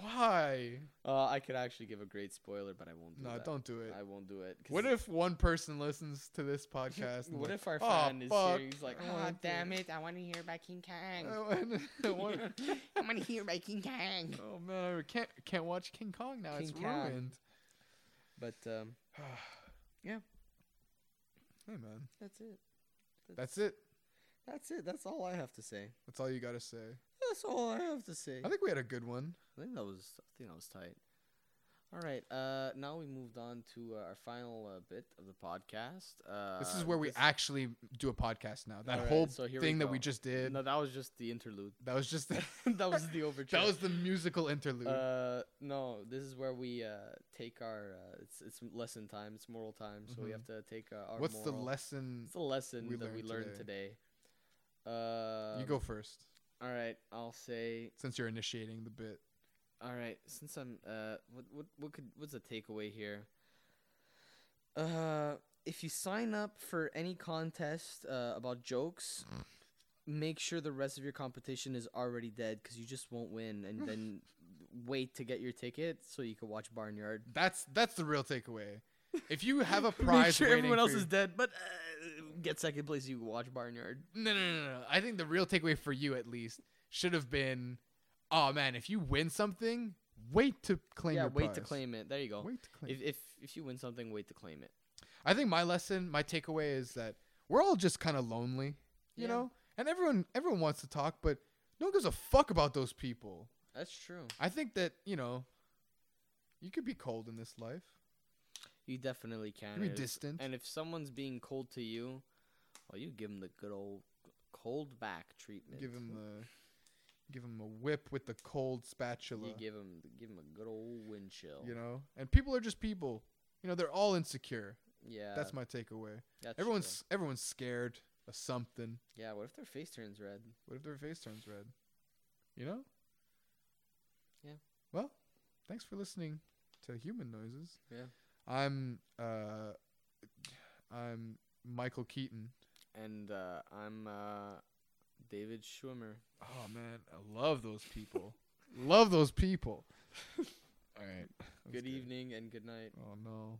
S1: Why?
S2: Uh, I could actually give a great spoiler, but I won't. Do
S1: No,
S2: that.
S1: don't do it.
S2: I won't do it. 'cause
S1: What if one person listens to this podcast? and
S2: What
S1: like,
S2: if our
S1: "Aw,
S2: fan is
S1: fuck,
S2: here? He's like,
S1: I
S2: "Ah,
S1: wanna
S2: damn
S1: do
S2: it! I want to hear about King
S1: I
S2: Kang.
S1: wanna- I wanna-
S2: I want to hear about King Kang."
S1: oh man, I can't can't watch King Kong now. it's
S2: King Kong.
S1: ruined.
S2: But um, Yeah.
S1: Hey man,
S2: that's it.
S1: that's it.
S2: That's it. That's all I have to say.
S1: That's all you gotta say.
S2: That's all I have to say.
S1: I think we had a good one.
S2: I think that was. I think that was tight. All right. Uh, now we moved on to uh, our final uh, bit of the podcast. Uh,
S1: This is where we
S2: this-
S1: actually do a podcast now. That
S2: Alright,
S1: whole
S2: so here we
S1: thing that we
S2: go.
S1: just did.
S2: No, that was just the interlude.
S1: That was just the,
S2: that was the overture.
S1: that was the musical interlude.
S2: Uh, no, this is where we uh take our uh, it's it's lesson time, it's moral time, so we
S1: Mhm.
S2: have to take uh, our.
S1: What's the
S2: moral-
S1: lesson?
S2: It's a lesson
S1: we
S2: that we
S1: learned
S2: learned today.
S1: today?
S2: Uh,
S1: you go first,
S2: All right, I'll say.
S1: since you're initiating the bit.
S2: All right, since I'm uh, what what what could what's the takeaway here? Uh, if you sign up for any contest uh, about jokes, make sure the rest of your competition is already dead because you just won't win, and then wait to get your ticket so you can watch Barnyard.
S1: That's that's the real takeaway. If you have a prize,
S2: make sure
S1: waiting
S2: everyone
S1: for
S2: else
S1: you-
S2: is dead, but uh, get second place. You can watch Barnyard.
S1: No, no, no, no. I think the real takeaway for you, at least, should have been, oh man, if you win something, wait to claim.
S2: yeah,
S1: your
S2: wait to
S1: prize.
S2: claim it. There you go.
S1: Wait to claim.
S2: If if if you win something, wait to claim it.
S1: I think my lesson, my takeaway is that we're all just kind of lonely, you
S2: Yeah.
S1: know, and everyone everyone wants to talk, but no one gives a fuck about those people.
S2: That's true.
S1: I think that you know, you could be cold in this life,
S2: You definitely
S1: you
S2: can.
S1: could be
S2: and if-
S1: distant.
S2: And if someone's being cold to you, well, you give them the good old cold back treatment.
S1: give him the, give him a whip with the cold spatula,
S2: You give them, give 'em a good old wind chill.
S1: you know. And people are just people, you know. They're all insecure.
S2: yeah,
S1: That's my takeaway.
S2: that's true.
S1: Everyone's everyone's scared of something.
S2: Yeah, what if their face turns red?
S1: What if their face turns red? You know?
S2: Yeah.
S1: Well, thanks for listening to Human Noises.
S2: Yeah.
S1: I'm uh I'm Michael Keaton.
S2: And uh, I'm uh, David Schwimmer.
S1: Oh man, I love those people. love those people. All right. That was
S2: good evening and good night.
S1: Oh no.